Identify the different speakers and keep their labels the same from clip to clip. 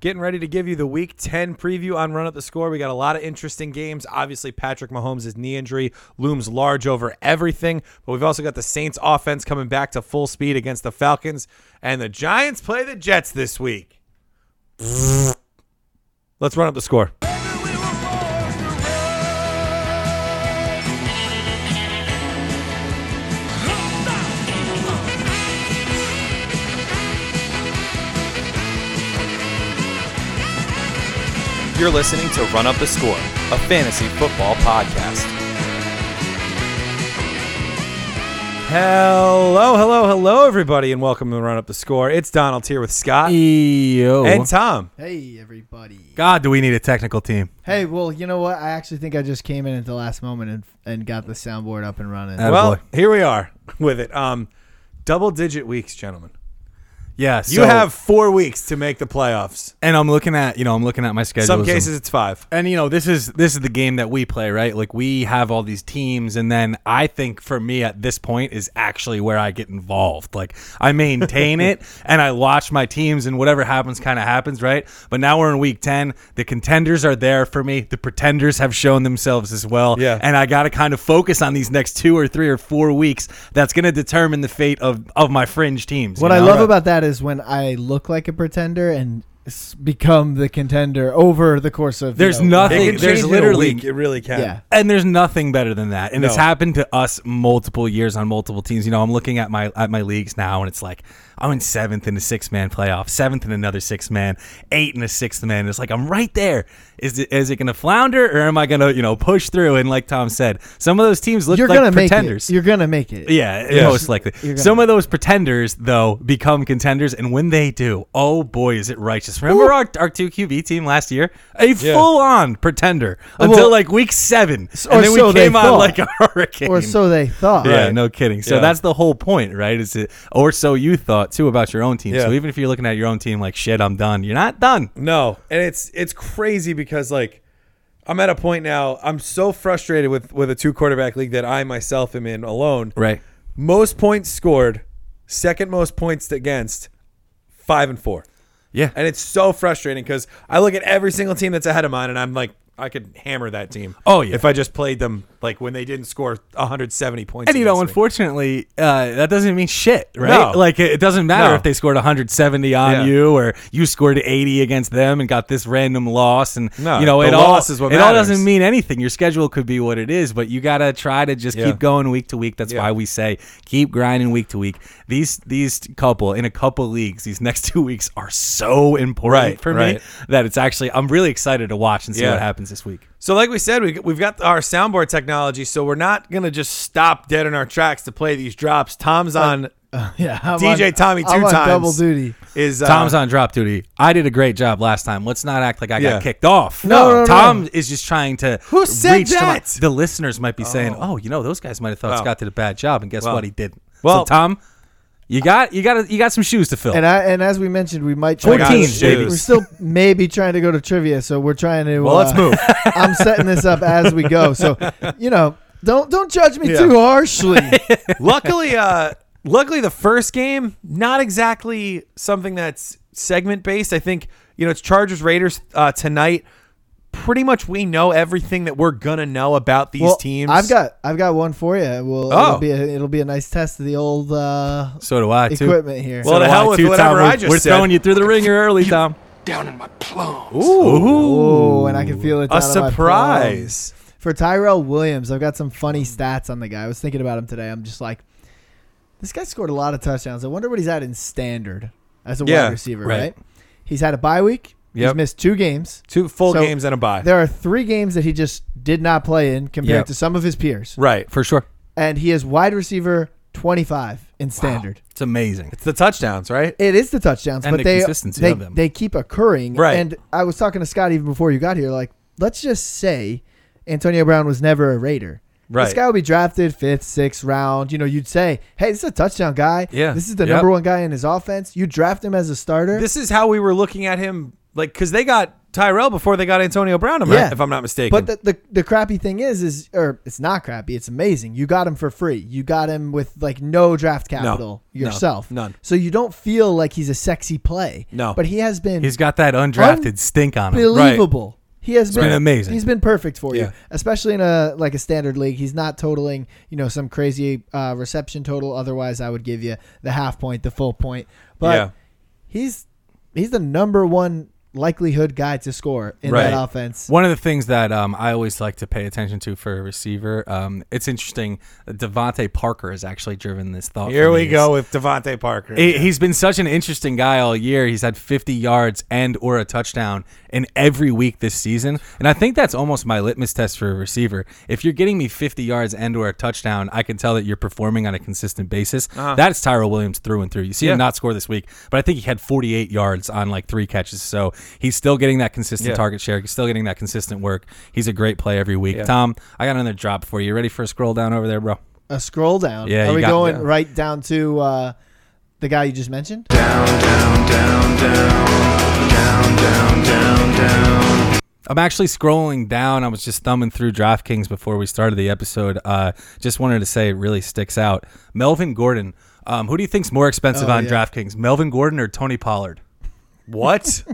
Speaker 1: Getting ready to give you the Week 10 preview on Run Up the Score. We got a lot of interesting games. Obviously, Patrick Mahomes' knee injury looms large over everything, but we've also got the Saints offense coming back to full speed against the Falcons, and the Giants play the Jets this week. Let's run up the score.
Speaker 2: You're listening to Run Up the Score, a fantasy football podcast.
Speaker 1: Hello, hello, hello, everybody, and welcome to Run Up the Score. It's Donald here with Scott
Speaker 3: Yo.
Speaker 1: and Tom.
Speaker 4: Hey everybody.
Speaker 3: God, do we need a technical team?
Speaker 4: Hey, well, you know what? I actually think I just came in at the last moment and, and got the soundboard up and running.
Speaker 3: Uh,
Speaker 1: Well,
Speaker 3: Attaboy.
Speaker 1: here we are with it. Um, double digit weeks, gentlemen.
Speaker 3: Yeah.
Speaker 1: You
Speaker 3: so-
Speaker 1: have four weeks to make the playoffs.
Speaker 3: and I'm looking at you know I'm looking at my schedule.
Speaker 1: Some cases it's five.
Speaker 3: and you know this is this is the game that we play, right? Like we have all these teams, and then I think for me at this point is actually where I get involved. Like I maintain it, and I watch my teams, and whatever happens, kind of happens, right? But now we're in week ten. The contenders are there for me. The pretenders have shown themselves as well.
Speaker 1: Yeah.
Speaker 3: and I got to kind of focus on these next two or three or four weeks. That's going to determine the fate of of my fringe teams.
Speaker 4: what
Speaker 3: you
Speaker 4: I
Speaker 3: know?
Speaker 4: love about that is when I look like a pretender and s- become the contender over the course of. you
Speaker 3: There's
Speaker 4: know,
Speaker 3: nothing-
Speaker 4: like-
Speaker 3: It can there's change in a literally- week.
Speaker 1: it really can.
Speaker 4: Yeah.
Speaker 3: and there's nothing better than that. And it's
Speaker 1: No.
Speaker 3: happened to us multiple years on multiple teams. You know, I'm looking at my at my leagues now, and it's like I'm in seventh in a six man playoff, seventh in another six man, eight in a sixth man. It's like I'm right there. Is it is it going to flounder or am I going to you know push through? And like Tom said, some of those teams look
Speaker 4: You're
Speaker 3: like
Speaker 4: gonna make
Speaker 3: pretenders.
Speaker 4: it. You're gonna make it.
Speaker 3: Yeah,
Speaker 1: Yeah.
Speaker 3: most likely.
Speaker 4: You're gonna-
Speaker 3: Some of those pretenders, though, become contenders, and when they do, oh boy, is it righteous! Remember our, our two QB team last year, a full-on pretender until
Speaker 4: Well-
Speaker 3: like week seven,
Speaker 4: or
Speaker 3: and then we
Speaker 4: so they
Speaker 3: came on
Speaker 4: thought.
Speaker 3: like a hurricane.
Speaker 4: Or so they thought.
Speaker 3: Yeah, no kidding. So
Speaker 1: Yeah.
Speaker 3: that's the whole point, right? Is it or so you thought too about your own team?
Speaker 1: Yeah.
Speaker 3: So even if you're looking at your own team like shit, I'm done. You're not done.
Speaker 1: No, and it's it's crazy because like I'm at a point now. I'm so frustrated with with a two quarterback league that I myself am in alone.
Speaker 3: Right.
Speaker 1: Most points scored, second most points against, five and four.
Speaker 3: Yeah.
Speaker 1: And it's so frustrating because I look at every single team that's ahead of mine, and I'm like, I could hammer that team.
Speaker 3: Oh, yeah.
Speaker 1: If I just played them like when they didn't score 170 points.
Speaker 3: And you know,
Speaker 1: against me.
Speaker 3: unfortunately, uh, that doesn't mean shit,
Speaker 1: No.
Speaker 3: right? Like it it doesn't matter
Speaker 1: No.
Speaker 3: if they scored 170 on
Speaker 1: Yeah.
Speaker 3: you or you scored 80 against them and got this random loss. And
Speaker 1: No,
Speaker 3: you know,
Speaker 1: the
Speaker 3: it all
Speaker 1: loss is what
Speaker 3: it all
Speaker 1: matters.
Speaker 3: doesn't mean anything. Your schedule could be what it is, but you gotta try to just
Speaker 1: Yeah.
Speaker 3: keep going week to week. That's
Speaker 1: Yeah.
Speaker 3: why we say keep grinding week to week. These these couple in a couple leagues, these next two weeks are so important
Speaker 1: Right,
Speaker 3: for
Speaker 1: right.
Speaker 3: me that it's actually I'm really excited to watch and see
Speaker 1: Yeah.
Speaker 3: what happens this week.
Speaker 1: So, like we said, we, we've got our soundboard technology, so we're not going to just stop dead in our tracks to play these drops. Tom's on
Speaker 4: Yeah, I'm
Speaker 1: DJ
Speaker 4: on-
Speaker 1: Tommy 2
Speaker 4: I'm on
Speaker 1: times.
Speaker 4: double duty.
Speaker 1: Is uh,
Speaker 3: Tom's on drop duty. I did a great job last time. Let's not act like I
Speaker 1: Yeah.
Speaker 3: got kicked off.
Speaker 4: No, no, no.
Speaker 3: Tom is just trying to.
Speaker 1: Who said
Speaker 3: reach to my-
Speaker 1: that?
Speaker 3: the listeners might be saying, "Oh, you know, those guys might have thought
Speaker 1: Wow.
Speaker 3: Scott did a bad job," and guess
Speaker 1: Well.
Speaker 3: what? He didn't.
Speaker 1: Well-
Speaker 3: so Tom, you got you got you got some shoes to fill.
Speaker 4: And I and as we mentioned, we might
Speaker 1: Oh my
Speaker 4: try
Speaker 1: God,
Speaker 3: 14,
Speaker 1: shoes.
Speaker 3: baby.
Speaker 4: We're still maybe trying to go to trivia, so we're trying to.
Speaker 1: Well, let's
Speaker 4: uh,
Speaker 1: move.
Speaker 4: I'm setting this up as we go, so you know, don't don't judge me
Speaker 1: Yeah.
Speaker 4: too harshly.
Speaker 1: luckily, uh, luckily, the first game not exactly something that's segment based. I think you know it's Chargers Raiders uh, tonight. Pretty much, we know everything that we're gonna know about these
Speaker 4: Well,
Speaker 1: teams.
Speaker 4: I've got I've got one for you. Well,
Speaker 1: Oh.
Speaker 4: it'll be a, it'll be a nice test of the old uh,
Speaker 3: so do I too.
Speaker 4: equipment here.
Speaker 1: Well,
Speaker 3: So
Speaker 1: to
Speaker 3: do
Speaker 1: hell
Speaker 3: I,
Speaker 1: with
Speaker 3: too,
Speaker 1: whatever
Speaker 3: Tom. We're-
Speaker 1: I just
Speaker 3: We're
Speaker 1: said.
Speaker 3: throwing you through the ringer early, Tom.
Speaker 5: down in my plums.
Speaker 4: oh, and I can feel it.
Speaker 1: a
Speaker 4: down in my palms.
Speaker 1: surprise.
Speaker 4: for Tyrell Williams. I've got some funny stats on the guy. I was thinking about him today. I'm just like, this guy scored a lot of touchdowns. I wonder what he's at in standard as a
Speaker 1: Yeah,
Speaker 4: wide receiver,
Speaker 3: right.
Speaker 4: right. He's had a bye week.
Speaker 1: Yep.
Speaker 4: He's missed two games.
Speaker 1: Two full
Speaker 4: So,
Speaker 1: games and a bye.
Speaker 4: There are three games that he just did not play in compared
Speaker 3: Yep.
Speaker 4: to some of his peers.
Speaker 1: Right.
Speaker 3: For sure,
Speaker 4: And he is wide receiver 25 in standard.
Speaker 3: it's amazing.
Speaker 1: It's the touchdowns, right?
Speaker 4: It is the touchdowns,
Speaker 3: And
Speaker 4: but
Speaker 3: the
Speaker 4: they
Speaker 3: consistency
Speaker 4: they,
Speaker 3: of them.
Speaker 4: they keep occurring.
Speaker 1: Right.
Speaker 4: And I was talking to Scott even before you got here. Like, let's just say Antonio Brown was never a Raider.
Speaker 1: Right.
Speaker 4: This guy will be drafted fifth, sixth round. You know, you'd say, hey, this is a touchdown guy.
Speaker 1: Yeah.
Speaker 4: This is the
Speaker 3: Yep.
Speaker 4: number one guy in his offense. You draft him as a starter.
Speaker 1: This is how we were looking at him, like because they got Tyrell before they got Antonio Brown, am I-
Speaker 4: Yeah.
Speaker 1: if I'm not mistaken.
Speaker 4: But the, the the crappy thing is is or it's not crappy, it's amazing. You got him for free. You got him with like no draft capital
Speaker 1: No.
Speaker 4: yourself.
Speaker 1: None.
Speaker 4: So you don't feel like he's a sexy play.
Speaker 1: No.
Speaker 4: But he has been
Speaker 3: He's got that undrafted stink on him.
Speaker 4: unbelievable. He has been,
Speaker 3: been amazing.
Speaker 4: He's been perfect for
Speaker 1: Yeah.
Speaker 4: you, especially in a like a standard league. He's not totaling, you know, some crazy uh, reception total. Otherwise, I would give you the half point, the full point. But
Speaker 1: Yeah.
Speaker 4: he's he's the number one likelihood guy to score in
Speaker 1: Right.
Speaker 4: that offense.
Speaker 3: One of the things that um, I always like to pay attention to for a receiver, um, it's interesting. that Devontae Parker has actually driven this thought.
Speaker 1: Here
Speaker 3: for
Speaker 1: we
Speaker 3: me.
Speaker 1: go with Devontae Parker.
Speaker 3: He- He's been such an interesting guy all year. He's had 50 yards and or a touchdown in every week this season, and I think that's almost my litmus test for a receiver. If you're getting me 50 yards and or a touchdown, I can tell that you're performing on a consistent basis. That's Tyrell Williams through and through. You see
Speaker 1: Uh-huh. Yeah.
Speaker 3: him not score this week, but I think he had 48 yards on like three catches, so he's still getting that consistent
Speaker 1: Yeah.
Speaker 3: target share. He's still getting that consistent work. He's a great play every week. Tom, I got another drop for you. Ready for a scroll down over there, bro?
Speaker 4: A scroll down.
Speaker 3: Yeah,
Speaker 4: Are
Speaker 3: you
Speaker 4: we
Speaker 3: got-
Speaker 4: going
Speaker 3: yeah.
Speaker 4: right down to uh, the guy you just mentioned?
Speaker 3: I'm actually scrolling down. I was just thumbing through DraftKings before we started the episode. Uh, just wanted to say it really sticks out. Melvin Gordon. Um, who do you think's more expensive
Speaker 4: Oh,
Speaker 3: on
Speaker 4: yeah.
Speaker 3: DraftKings, Melvin Gordon or Tony Pollard?
Speaker 1: what?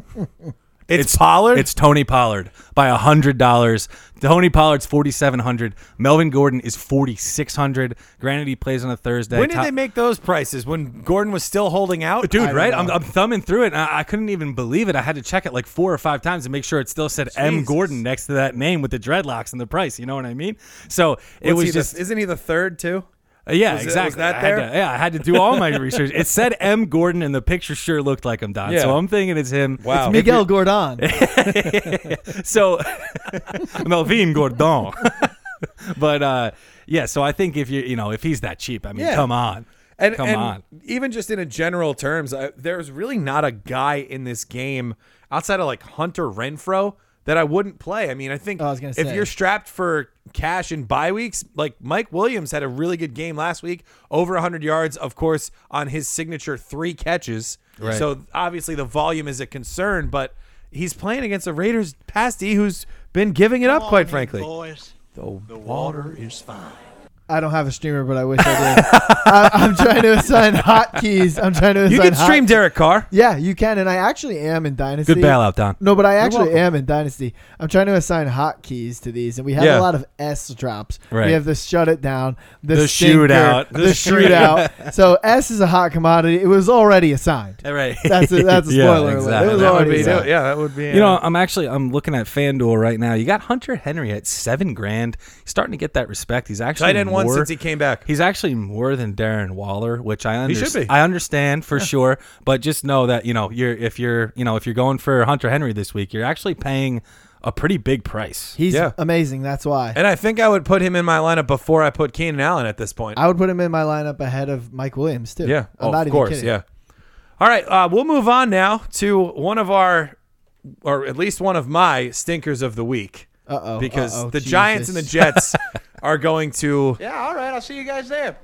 Speaker 1: It's, Pollard.
Speaker 3: It's Tony Pollard by hundred dollars. Tony Pollard's forty seven hundred. Melvin Gordon is forty six hundred. Granted, he plays on a Thursday.
Speaker 1: when did
Speaker 3: Top-
Speaker 1: they make those prices? When Gordon was still holding out,
Speaker 3: Dude, right?
Speaker 4: know.
Speaker 3: I'm, I'm thumbing through it. And I, I couldn't even believe it. I had to check it like four or five times to make sure it still said M.
Speaker 1: Jesus.
Speaker 3: Gordon next to that name with the dreadlocks and the price. You know what I mean? So it
Speaker 1: What's
Speaker 3: was
Speaker 1: he the-
Speaker 3: just.
Speaker 1: isn't he the third too?
Speaker 3: Uh, Yeah,
Speaker 1: Was it- was
Speaker 3: exactly.
Speaker 1: that
Speaker 3: I had
Speaker 1: there?
Speaker 3: to- yeah, I had to do all my research. It said M. Gordon, and the picture sure looked like him, Don.
Speaker 1: Yeah.
Speaker 3: So I'm thinking it's him.
Speaker 1: Wow.
Speaker 4: Miguel Gordon.
Speaker 3: So Melvin Gordon. but uh, yeah, so I think if you you know if he's that cheap, I mean,
Speaker 1: Yeah.
Speaker 3: come on,
Speaker 1: And,
Speaker 3: come
Speaker 1: and
Speaker 3: on.
Speaker 1: even just in a general terms, I, there's really not a guy in this game outside of like Hunter Renfro that I wouldn't play. I mean, I think
Speaker 4: Oh, I was gonna
Speaker 1: if
Speaker 4: say.
Speaker 1: you're strapped for cash in bye weeks, like Mike Williams had a really good game last week, over 100 yards, of course, on his signature three catches.
Speaker 3: Right.
Speaker 1: So obviously the volume is a concern, but he's playing against a Raiders pass D who's been giving it up, quite frankly.
Speaker 5: Boys, the water is fine.
Speaker 4: I don't have a streamer, but I wish I did. I, I'm trying to assign hotkeys. I'm trying to assign.
Speaker 1: You can stream
Speaker 4: hot-
Speaker 1: Derek Carr.
Speaker 4: Yeah, you can, and I actually am in Dynasty.
Speaker 3: Good bailout, Don.
Speaker 4: No, but I actually am in Dynasty. I'm trying to assign hotkeys to these, and we have
Speaker 1: Yeah.
Speaker 4: a lot of S drops.
Speaker 3: Right.
Speaker 4: We have the shut it down, the,
Speaker 3: The
Speaker 4: stinker,
Speaker 3: shootout,
Speaker 4: the,
Speaker 3: the stream.
Speaker 4: shootout. so S is a hot commodity. It was already assigned.
Speaker 3: All right.
Speaker 4: That's a, that's a
Speaker 3: Yeah,
Speaker 4: spoiler
Speaker 3: exactly.
Speaker 4: alert. It was
Speaker 3: That would
Speaker 4: already
Speaker 3: be-
Speaker 4: assigned.
Speaker 1: yeah, that would be.
Speaker 3: You know, I'm actually I'm looking at FanDuel right now. You got Hunter Henry at seven grand. He's starting to get that respect. He's actually
Speaker 1: tight end one
Speaker 3: more-
Speaker 1: since he came back.
Speaker 3: He's actually more than Darren Waller, which I
Speaker 1: He should
Speaker 3: understand.
Speaker 1: be.
Speaker 3: I understand for sure, but just know that you know you're if you're you know if you're going for Hunter Henry this week, you're actually paying a pretty big price.
Speaker 4: He's
Speaker 1: Yeah.
Speaker 4: amazing. That's why.
Speaker 1: And I think I would put him in my lineup before I put Keenan Allen at this point.
Speaker 4: I would put him in my lineup ahead of Mike Williams too.
Speaker 1: yeah,
Speaker 4: I'm
Speaker 1: Oh,
Speaker 4: not
Speaker 1: of
Speaker 4: even
Speaker 1: course,
Speaker 4: kidding.
Speaker 1: yeah. All right, uh, we'll move on now to one of our, or at least one of my stinkers of the week.
Speaker 4: Uh-oh,
Speaker 1: Because
Speaker 4: uh-oh,
Speaker 1: the Giants and
Speaker 4: Jesus.
Speaker 1: the Jets are going to.
Speaker 5: Yeah, all right. I'll see you guys there.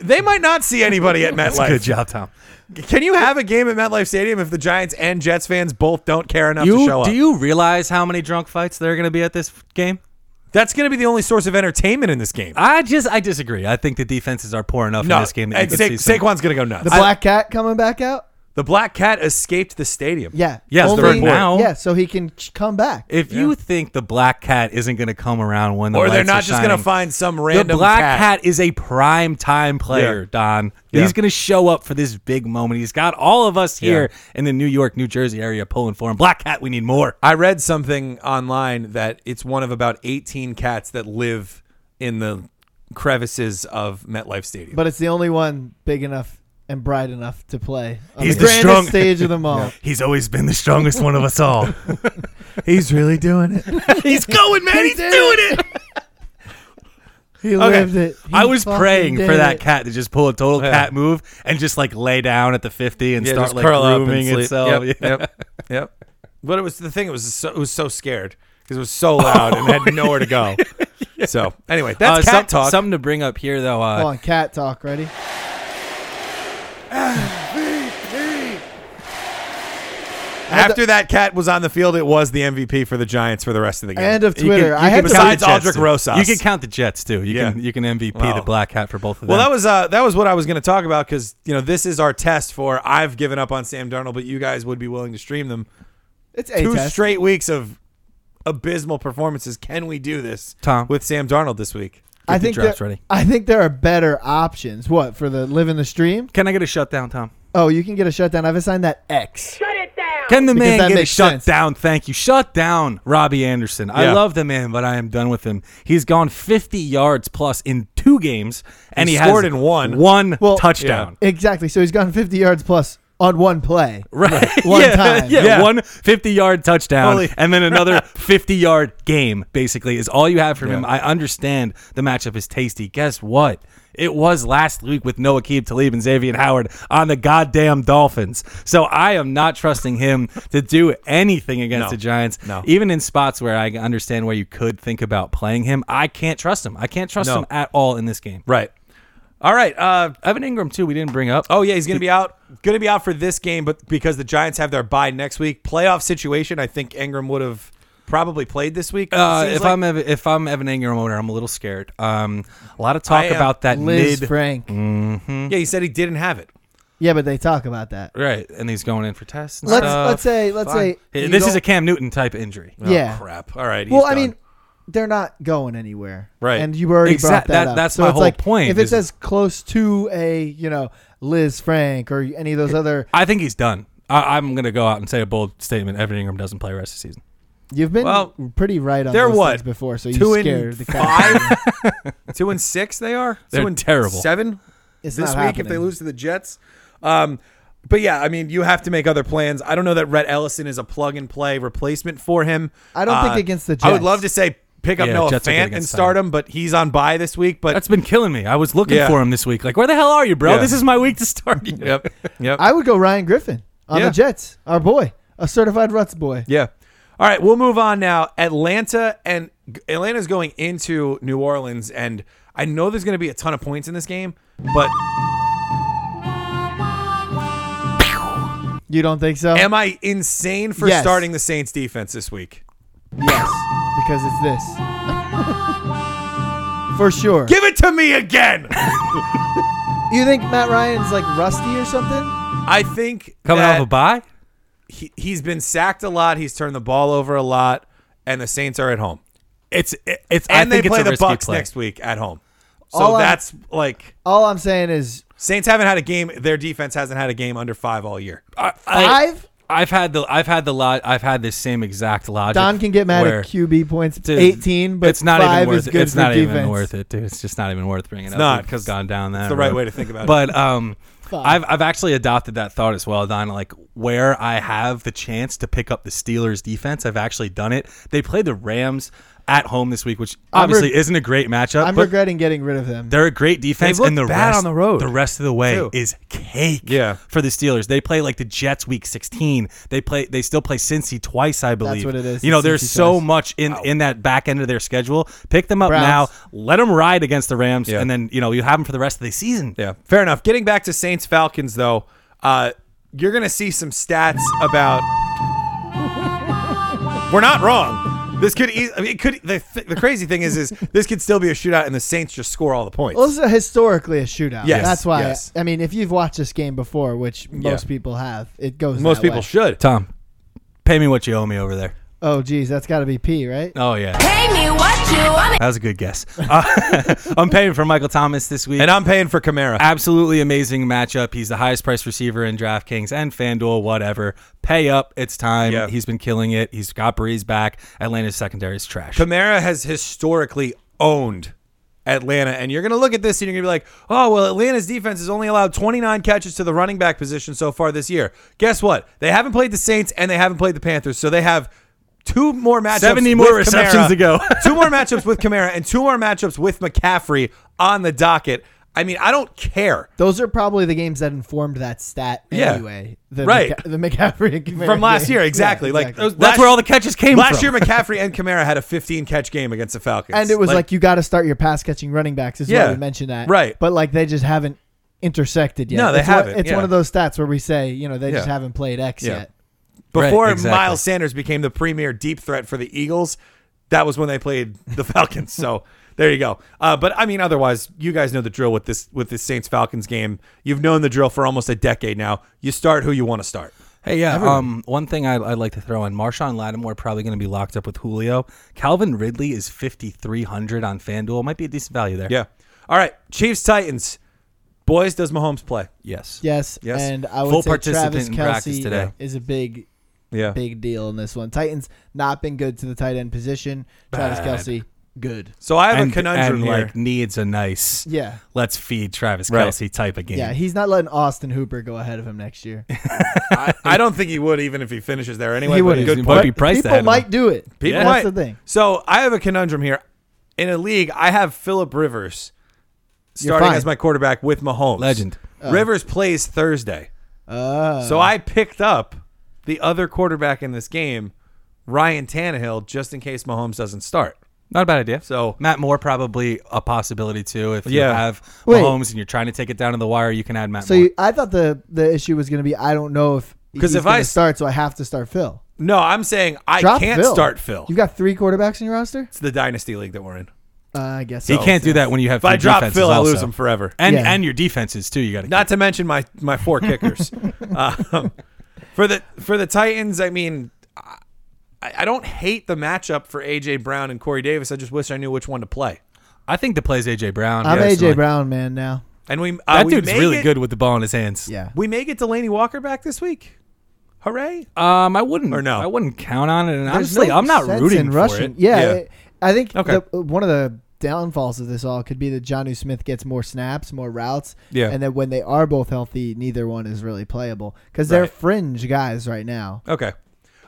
Speaker 1: They might not see anybody at MetLife.
Speaker 3: Good job, Tom.
Speaker 1: Can you have a game at MetLife Stadium if the Giants and Jets fans both don't care enough to show
Speaker 3: You
Speaker 1: up?
Speaker 3: do you realize how many drunk fights there are going to be at this game?
Speaker 1: That's going to be the only source of entertainment in this game.
Speaker 3: I just I disagree. I think the defenses are poor enough
Speaker 1: no,
Speaker 3: in this game. That you
Speaker 1: and
Speaker 3: could
Speaker 1: Sa-
Speaker 3: see some-
Speaker 1: Saquon's going to go nuts.
Speaker 4: The
Speaker 1: I-
Speaker 4: black cat coming back out.
Speaker 1: the Black Cat escaped the stadium.
Speaker 4: Yeah.
Speaker 3: Yes,
Speaker 4: Only-
Speaker 3: they're now.
Speaker 4: Yeah, so he can ch- come back.
Speaker 3: if you think the black cat isn't going to come around when the
Speaker 1: or they're
Speaker 3: lights are
Speaker 1: not just going to
Speaker 3: shining,
Speaker 1: find some random
Speaker 3: the black
Speaker 1: cat.
Speaker 3: cat is a prime time player,
Speaker 1: Yeah.
Speaker 3: Don.
Speaker 1: Yeah.
Speaker 3: He's going to show up for this big moment. He's got all of us here in the New York, New Jersey area pulling for him. Black cat, we need more.
Speaker 1: I read something online that it's one of about 18 cats that live in the crevices of MetLife Stadium.
Speaker 4: But it's the only one big enough and bright enough to play on
Speaker 3: He's
Speaker 4: the
Speaker 3: the
Speaker 4: grandest
Speaker 3: strong-
Speaker 4: stage of them all.
Speaker 3: He's always been the strongest one of us all.
Speaker 4: He's really doing it.
Speaker 3: He's going, man. He's doing it.
Speaker 4: He lived it. He
Speaker 3: I was
Speaker 4: fucking
Speaker 3: praying
Speaker 4: did
Speaker 3: for that
Speaker 4: it.
Speaker 3: cat to just pull a total
Speaker 1: Yeah.
Speaker 3: cat move and just like lay down at the 50 and
Speaker 1: yeah,
Speaker 3: start
Speaker 1: just
Speaker 3: like
Speaker 1: curl up and
Speaker 3: grooming
Speaker 1: sleep.
Speaker 3: itself.
Speaker 1: Yep,
Speaker 3: Yeah.
Speaker 1: yep, yep. But it was the thing. It was so, it was so scared because it was so loud and had nowhere to go. So anyway, that's
Speaker 3: Oh, Uh,
Speaker 1: cat
Speaker 3: some-
Speaker 1: talk.
Speaker 3: Something to bring up here though. Uh,
Speaker 4: Come on, cat talk. Ready?
Speaker 1: After that cat was on the field, it was the MVP for the Giants for the rest of the game.
Speaker 4: End of
Speaker 3: You can-
Speaker 4: Twitter.
Speaker 3: you
Speaker 4: I
Speaker 3: can
Speaker 4: had
Speaker 3: count
Speaker 4: to-
Speaker 1: Besides
Speaker 3: the Jets,
Speaker 1: Aldrich
Speaker 3: too.
Speaker 1: Rosas.
Speaker 3: You can count the Jets too. You
Speaker 1: Yeah.
Speaker 3: can you can MVP
Speaker 1: Wow.
Speaker 3: the black hat for both of them.
Speaker 1: Well, that was uh, that was what I was going to talk about because you know this is our test for I've given up on Sam Darnold, but you guys would be willing to stream them.
Speaker 4: it's a
Speaker 1: Two
Speaker 4: test.
Speaker 1: straight weeks of abysmal performances. Can we do this,
Speaker 3: Tom.
Speaker 1: with Sam Darnold this week?
Speaker 4: I
Speaker 3: Get the
Speaker 4: think
Speaker 3: drafts
Speaker 4: there,
Speaker 3: ready.
Speaker 4: I think there are better options. What for the live in the stream?
Speaker 3: Can I get a shutdown, Tom?
Speaker 4: Oh, you can get a shutdown. I've assigned that X.
Speaker 3: Can the
Speaker 4: Because
Speaker 3: man
Speaker 4: that
Speaker 3: get a
Speaker 4: makes
Speaker 3: shut
Speaker 4: sense.
Speaker 3: down? Thank you. Shut down, Robbie Anderson.
Speaker 1: Yeah.
Speaker 3: I love the man, but I am done with him. He's gone 50 yards plus in two games, and
Speaker 1: He
Speaker 3: he,
Speaker 1: scored
Speaker 3: has
Speaker 1: in one.
Speaker 3: one
Speaker 4: Well-
Speaker 3: touchdown.
Speaker 4: Exactly. So he's gone 50 yards plus on one play.
Speaker 3: Right.
Speaker 4: One
Speaker 3: yeah,
Speaker 4: time.
Speaker 3: Yeah.
Speaker 1: Yeah.
Speaker 3: One 50 yard touchdown
Speaker 1: Holy
Speaker 3: and then another 50 yard game, basically, is all you have from him.
Speaker 1: Yeah.
Speaker 3: I understand the matchup is tasty. Guess what? It was last week with Noah Keeb, Talib, and Xavier Howard on the goddamn Dolphins. So I am not trusting him to do anything against
Speaker 1: No.
Speaker 3: the Giants.
Speaker 1: No.
Speaker 3: Even in spots where I understand where you could think about playing him, I can't trust him. I can't trust
Speaker 1: No.
Speaker 3: him at all in this game.
Speaker 1: Right. All right. Uh,
Speaker 3: Evan Ingram, too, we didn't bring up.
Speaker 1: oh yeah, he's going to be out. Going to be out for this game, but because the Giants have their bye next week, playoff situation. I think Ingram would have probably played this week.
Speaker 3: Uh,
Speaker 1: Seems
Speaker 3: if
Speaker 1: like.
Speaker 3: I'm Ev- if I'm Evan Ingram owner, I'm a little scared. Um, a lot of talk
Speaker 1: I am
Speaker 3: about that
Speaker 4: Liz
Speaker 3: mid Mm.
Speaker 4: Frank.
Speaker 1: yeah, he said he didn't have it.
Speaker 4: Yeah, but they talk about that.
Speaker 3: right, and he's going in for tests. And
Speaker 4: Let's
Speaker 3: stuff.
Speaker 4: let's say let's
Speaker 1: Fine.
Speaker 4: say
Speaker 3: Uh, Hey,
Speaker 4: you
Speaker 3: this is
Speaker 4: don't-
Speaker 3: a Cam Newton type injury. Oh,
Speaker 4: yeah.
Speaker 1: Crap. All right. he's
Speaker 4: well, I
Speaker 1: done.
Speaker 4: mean, they're not going anywhere,
Speaker 1: Right.
Speaker 4: And you already brought
Speaker 3: Exact-
Speaker 4: that,
Speaker 3: that-
Speaker 4: up.
Speaker 3: that's
Speaker 4: so
Speaker 3: my
Speaker 4: it's
Speaker 3: whole
Speaker 4: like,
Speaker 3: point
Speaker 4: If it's
Speaker 3: is-
Speaker 4: as close to a you know Liz Frank or any of those other,
Speaker 3: I think he's done. I, I'm gonna go out and say a bold statement: Evan Ingram doesn't play rest of the season.
Speaker 4: you've been
Speaker 1: Well,
Speaker 4: pretty right on
Speaker 1: they're
Speaker 4: those
Speaker 1: what?
Speaker 4: things before, so
Speaker 1: Two
Speaker 4: you
Speaker 1: and
Speaker 4: scared the
Speaker 1: five?
Speaker 4: Cowboys.
Speaker 1: two and six they are.
Speaker 3: They're
Speaker 1: two and
Speaker 3: terrible.
Speaker 1: Seven
Speaker 4: It's
Speaker 1: this
Speaker 4: not
Speaker 1: week if they
Speaker 4: happening.
Speaker 1: lose to the Jets. Um, but yeah, I mean, you have to make other plans. I don't know that Rhett Ellison is a plug and play replacement for him. Uh,
Speaker 4: I don't think against the
Speaker 1: I would
Speaker 4: Jets.
Speaker 1: love to say pick up
Speaker 3: Yeah,
Speaker 1: Noah
Speaker 3: Jets are good
Speaker 1: Fant and
Speaker 3: against
Speaker 1: start
Speaker 3: Tyler.
Speaker 1: him, but he's on bye this week. But
Speaker 3: That's been killing me. I was looking
Speaker 1: Yeah.
Speaker 3: for him this week. Like, where the hell are you, bro?
Speaker 1: Yeah.
Speaker 3: This is my week to start. You.
Speaker 1: yep, yep,
Speaker 4: I would go Ryan Griffin on
Speaker 1: Yeah.
Speaker 4: the Jets, our boy, a certified Ruts boy.
Speaker 1: yeah. All right, we'll move on now. Atlanta and Atlanta's going into New Orleans, and I know there's going to be a ton of points in this game, but
Speaker 4: You don't think
Speaker 3: Uh,
Speaker 4: so?
Speaker 1: am I insane for
Speaker 4: Yes.
Speaker 1: starting the Saints defense this week?
Speaker 4: Yes, because it's this. For sure.
Speaker 1: Give it to me again.
Speaker 4: You think Matt Ryan's like rusty or something?
Speaker 1: I think
Speaker 3: Coming
Speaker 1: that
Speaker 3: off a bye.
Speaker 1: he, he's been sacked a lot. He's turned the ball over a lot, and the Saints are at home.
Speaker 3: It's it- it's. I
Speaker 1: And they
Speaker 3: think it's
Speaker 1: play
Speaker 3: a
Speaker 1: the
Speaker 3: risky
Speaker 1: Bucks
Speaker 3: play.
Speaker 1: next week at home. So
Speaker 4: All I-
Speaker 1: that's like
Speaker 4: All I'm saying is
Speaker 1: Saints haven't had a game. Their defense hasn't had a game under five all year.
Speaker 3: I, I,
Speaker 4: five.
Speaker 3: I've had the I've had the lot. I've had this same exact logic.
Speaker 4: Don can get mad
Speaker 3: where-
Speaker 4: at QB points,
Speaker 3: Dude,
Speaker 4: 18, but
Speaker 3: it's not
Speaker 4: five
Speaker 3: even worth
Speaker 4: is
Speaker 3: it.
Speaker 4: good
Speaker 3: It's
Speaker 4: for
Speaker 3: not
Speaker 4: defense.
Speaker 3: even worth it, dude. It's just not even worth bringing it up.
Speaker 1: not,
Speaker 3: We've
Speaker 1: 'cause
Speaker 3: gone down that.
Speaker 1: It's the right
Speaker 3: road.
Speaker 1: way to think about it.
Speaker 3: But um,
Speaker 4: Fuck.
Speaker 3: I've I've actually adopted that thought as well, Don. Like where I have the chance to pick up the Steelers defense, I've actually done it. They play the Rams at home this week, which
Speaker 4: I'm
Speaker 3: obviously
Speaker 4: reg-
Speaker 3: isn't a great matchup.
Speaker 4: I'm
Speaker 3: but
Speaker 4: regretting getting rid of them.
Speaker 3: they're a great defense,
Speaker 1: They've
Speaker 3: and the
Speaker 1: looked bad
Speaker 3: rest
Speaker 1: on the road,
Speaker 3: the rest of the way
Speaker 1: too.
Speaker 3: is cake.
Speaker 1: Yeah.
Speaker 3: for the Steelers, they play like the Jets Week 16. They play, they still play Cincy twice, I believe.
Speaker 4: what it is,
Speaker 3: You know,
Speaker 4: it's
Speaker 3: there's
Speaker 4: Cincy
Speaker 3: so
Speaker 4: twice.
Speaker 3: much in in that back end of their schedule. Pick them up
Speaker 4: Browns.
Speaker 3: now, let them ride against the Rams,
Speaker 1: Yeah.
Speaker 3: and then you know you have them for the rest of the season.
Speaker 1: Yeah, fair enough. Getting back to Saints Falcons though, uh, you're gonna see some stats about. We're not wrong. This could, e- I mean, it could. The, th- the crazy thing is, is this could still be a shootout, and the Saints just score all the points.
Speaker 4: well, this is historically a shootout.
Speaker 1: Yes,
Speaker 4: That's why.
Speaker 1: yes.
Speaker 4: I mean, if you've watched this game before, which most people have, it goes.
Speaker 1: Most
Speaker 4: that
Speaker 1: people
Speaker 4: way.
Speaker 1: should.
Speaker 3: Tom, pay me what you owe me over there.
Speaker 4: Oh, geez, that's got to be P, right?
Speaker 3: Oh yeah,
Speaker 6: Pay me what you want.
Speaker 3: that was a good guess. Uh, I'm paying for Michael Thomas this week.
Speaker 1: And I'm paying for Camara.
Speaker 3: absolutely amazing matchup. He's the highest priced receiver in DraftKings and FanDuel, whatever. Pay up. It's time.
Speaker 1: Yeah.
Speaker 3: He's been killing it. He's got Breeze back. Atlanta's secondary is trash.
Speaker 1: Kamara has historically owned Atlanta, and you're going to look at this and you're going to be like, oh, well, Atlanta's defense has only allowed 29 catches to the running back position so far this year. Guess what? They haven't played the Saints and they haven't played the Panthers, so they have two more matchups.
Speaker 3: 70 more
Speaker 1: with
Speaker 3: receptions
Speaker 1: Kamara-
Speaker 3: to go.
Speaker 1: two more matchups with Kamara and two more matchups with McCaffrey on the docket. I mean, I don't care.
Speaker 4: Those are probably the games that informed that stat
Speaker 1: Yeah.
Speaker 4: anyway. The
Speaker 1: Right.
Speaker 4: McCa- the McCaffrey and Kamara
Speaker 1: From last
Speaker 4: games.
Speaker 1: year,
Speaker 4: Yeah,
Speaker 1: exactly. Like
Speaker 4: exactly.
Speaker 1: those-
Speaker 3: That's
Speaker 1: last-
Speaker 3: where all the catches came
Speaker 1: Last
Speaker 3: from.
Speaker 1: year, McCaffrey and Kamara had a 15 catch game against the Falcons,
Speaker 4: and it was like, you got to start your pass catching running backs. Is
Speaker 1: Yeah,
Speaker 4: why we mentioned that,
Speaker 1: right.
Speaker 4: But like they just haven't intersected yet.
Speaker 1: No, they
Speaker 4: It's one-
Speaker 1: haven't,
Speaker 4: it's
Speaker 1: yeah.
Speaker 4: one of those stats where we say, you know, they just
Speaker 1: Yeah.
Speaker 4: haven't played X
Speaker 1: Yeah.
Speaker 4: yet.
Speaker 3: Right,
Speaker 1: Before
Speaker 3: exactly.
Speaker 1: Miles Sanders became the premier deep threat for the Eagles, that was when they played the Falcons. so there you go. Uh, but I mean, otherwise, you guys know the drill with this with this Saints Falcons game. You've known the drill for almost a decade now. You start who you want to start.
Speaker 3: Hey, yeah. Um, one thing I, I'd like to throw in: Marshawn Lattimore probably going to be locked up with Julio. Calvin Ridley is fifty three hundred on FanDuel. Might be a decent value there.
Speaker 1: Yeah. All right. Chiefs Titans. Boys, does Mahomes play?
Speaker 3: Yes.
Speaker 4: Yes.
Speaker 1: Yes.
Speaker 4: And I would
Speaker 3: Full
Speaker 4: say
Speaker 3: participant
Speaker 4: Travis
Speaker 3: in practice
Speaker 4: Kelce
Speaker 3: today.
Speaker 4: is a big,
Speaker 1: Yeah.
Speaker 4: big deal in this one. Titans not been good to the tight end position. Travis Kelsey, good.
Speaker 1: So I have
Speaker 3: and,
Speaker 1: a conundrum
Speaker 3: and,
Speaker 1: here.
Speaker 3: like needs a nice
Speaker 4: Yeah.
Speaker 3: let's feed Travis
Speaker 1: Right.
Speaker 3: Kelsey type of game.
Speaker 4: Yeah, he's not letting Austin Hooper go ahead of him next year.
Speaker 1: I, I don't think he would, even if he finishes there anyway.
Speaker 4: He
Speaker 1: but
Speaker 4: wouldn't.
Speaker 1: Good
Speaker 3: He
Speaker 1: point.
Speaker 3: might be priced
Speaker 4: People
Speaker 3: ahead of
Speaker 4: might
Speaker 3: him.
Speaker 4: do it.
Speaker 1: People
Speaker 4: That's
Speaker 1: might.
Speaker 4: the thing.
Speaker 1: So I have a conundrum here. In a league, I have Philip Rivers
Speaker 4: You're
Speaker 1: starting
Speaker 4: fine.
Speaker 1: as my quarterback with Mahomes.
Speaker 3: Legend.
Speaker 1: Rivers plays Thursday.
Speaker 4: Uh,
Speaker 1: So I picked up the other quarterback in this game, Ryan Tannehill, just in case Mahomes doesn't start.
Speaker 3: Not a bad idea.
Speaker 1: So-
Speaker 3: Matt Moore probably a possibility too. If you
Speaker 1: Yeah.
Speaker 3: have
Speaker 4: Wait.
Speaker 3: Mahomes and you're trying to take it down to the wire, you can add Matt
Speaker 4: so
Speaker 3: Moore.
Speaker 4: you, I thought the the issue was going to be I don't know if
Speaker 1: 'Cause
Speaker 4: he's
Speaker 1: if I
Speaker 4: gonna
Speaker 1: s-
Speaker 4: start, so I have to start Phil.
Speaker 1: No, I'm saying I
Speaker 4: Drop
Speaker 1: can't
Speaker 4: Phil.
Speaker 1: start Phil.
Speaker 4: You've got three quarterbacks in your roster.
Speaker 1: it's the dynasty league that we're in.
Speaker 4: Uh, I guess
Speaker 3: you
Speaker 4: so.
Speaker 3: can't do that when you have.
Speaker 1: If I
Speaker 3: three
Speaker 1: drop
Speaker 3: defenses
Speaker 1: Phil, I
Speaker 3: also.
Speaker 1: lose him forever.
Speaker 3: And
Speaker 4: Yeah.
Speaker 3: and your defenses too. You got to.
Speaker 1: Not to mention my my four kickers. um, for the for the Titans, I mean, I, I don't hate the matchup for AJ Brown and Corey Davis. I just wish I knew which one to play.
Speaker 3: I think the plays AJ Brown.
Speaker 4: I'm
Speaker 3: personally.
Speaker 4: AJ Brown, man. Now,
Speaker 1: And we uh,
Speaker 3: That
Speaker 1: we
Speaker 3: dude's
Speaker 1: may
Speaker 3: really
Speaker 1: get-
Speaker 3: good with the ball in his hands.
Speaker 4: yeah,
Speaker 1: We may get Delaney Walker back this week. Hooray!
Speaker 3: Um, I wouldn't.
Speaker 1: Or no?
Speaker 3: I wouldn't count on it. And
Speaker 4: There's
Speaker 3: honestly,
Speaker 4: no
Speaker 3: I'm not
Speaker 4: sense
Speaker 3: rooting
Speaker 4: in
Speaker 3: for
Speaker 4: rushing.
Speaker 3: it.
Speaker 4: Yeah,
Speaker 1: Yeah.
Speaker 4: it- I think
Speaker 1: Okay.
Speaker 4: the, one of the downfalls of this all could be that Johnu Smith gets more snaps, more routes,
Speaker 1: Yeah.
Speaker 4: and that when they are both healthy, neither one is really playable because they're
Speaker 1: Right.
Speaker 4: fringe guys right now.
Speaker 1: Okay.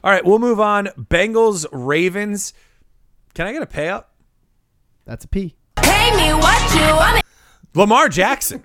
Speaker 1: All right, we'll move on. Bengals Ravens. Can I get a payout?
Speaker 4: That's a P.
Speaker 6: Pay me what you want.
Speaker 1: Lamar Jackson.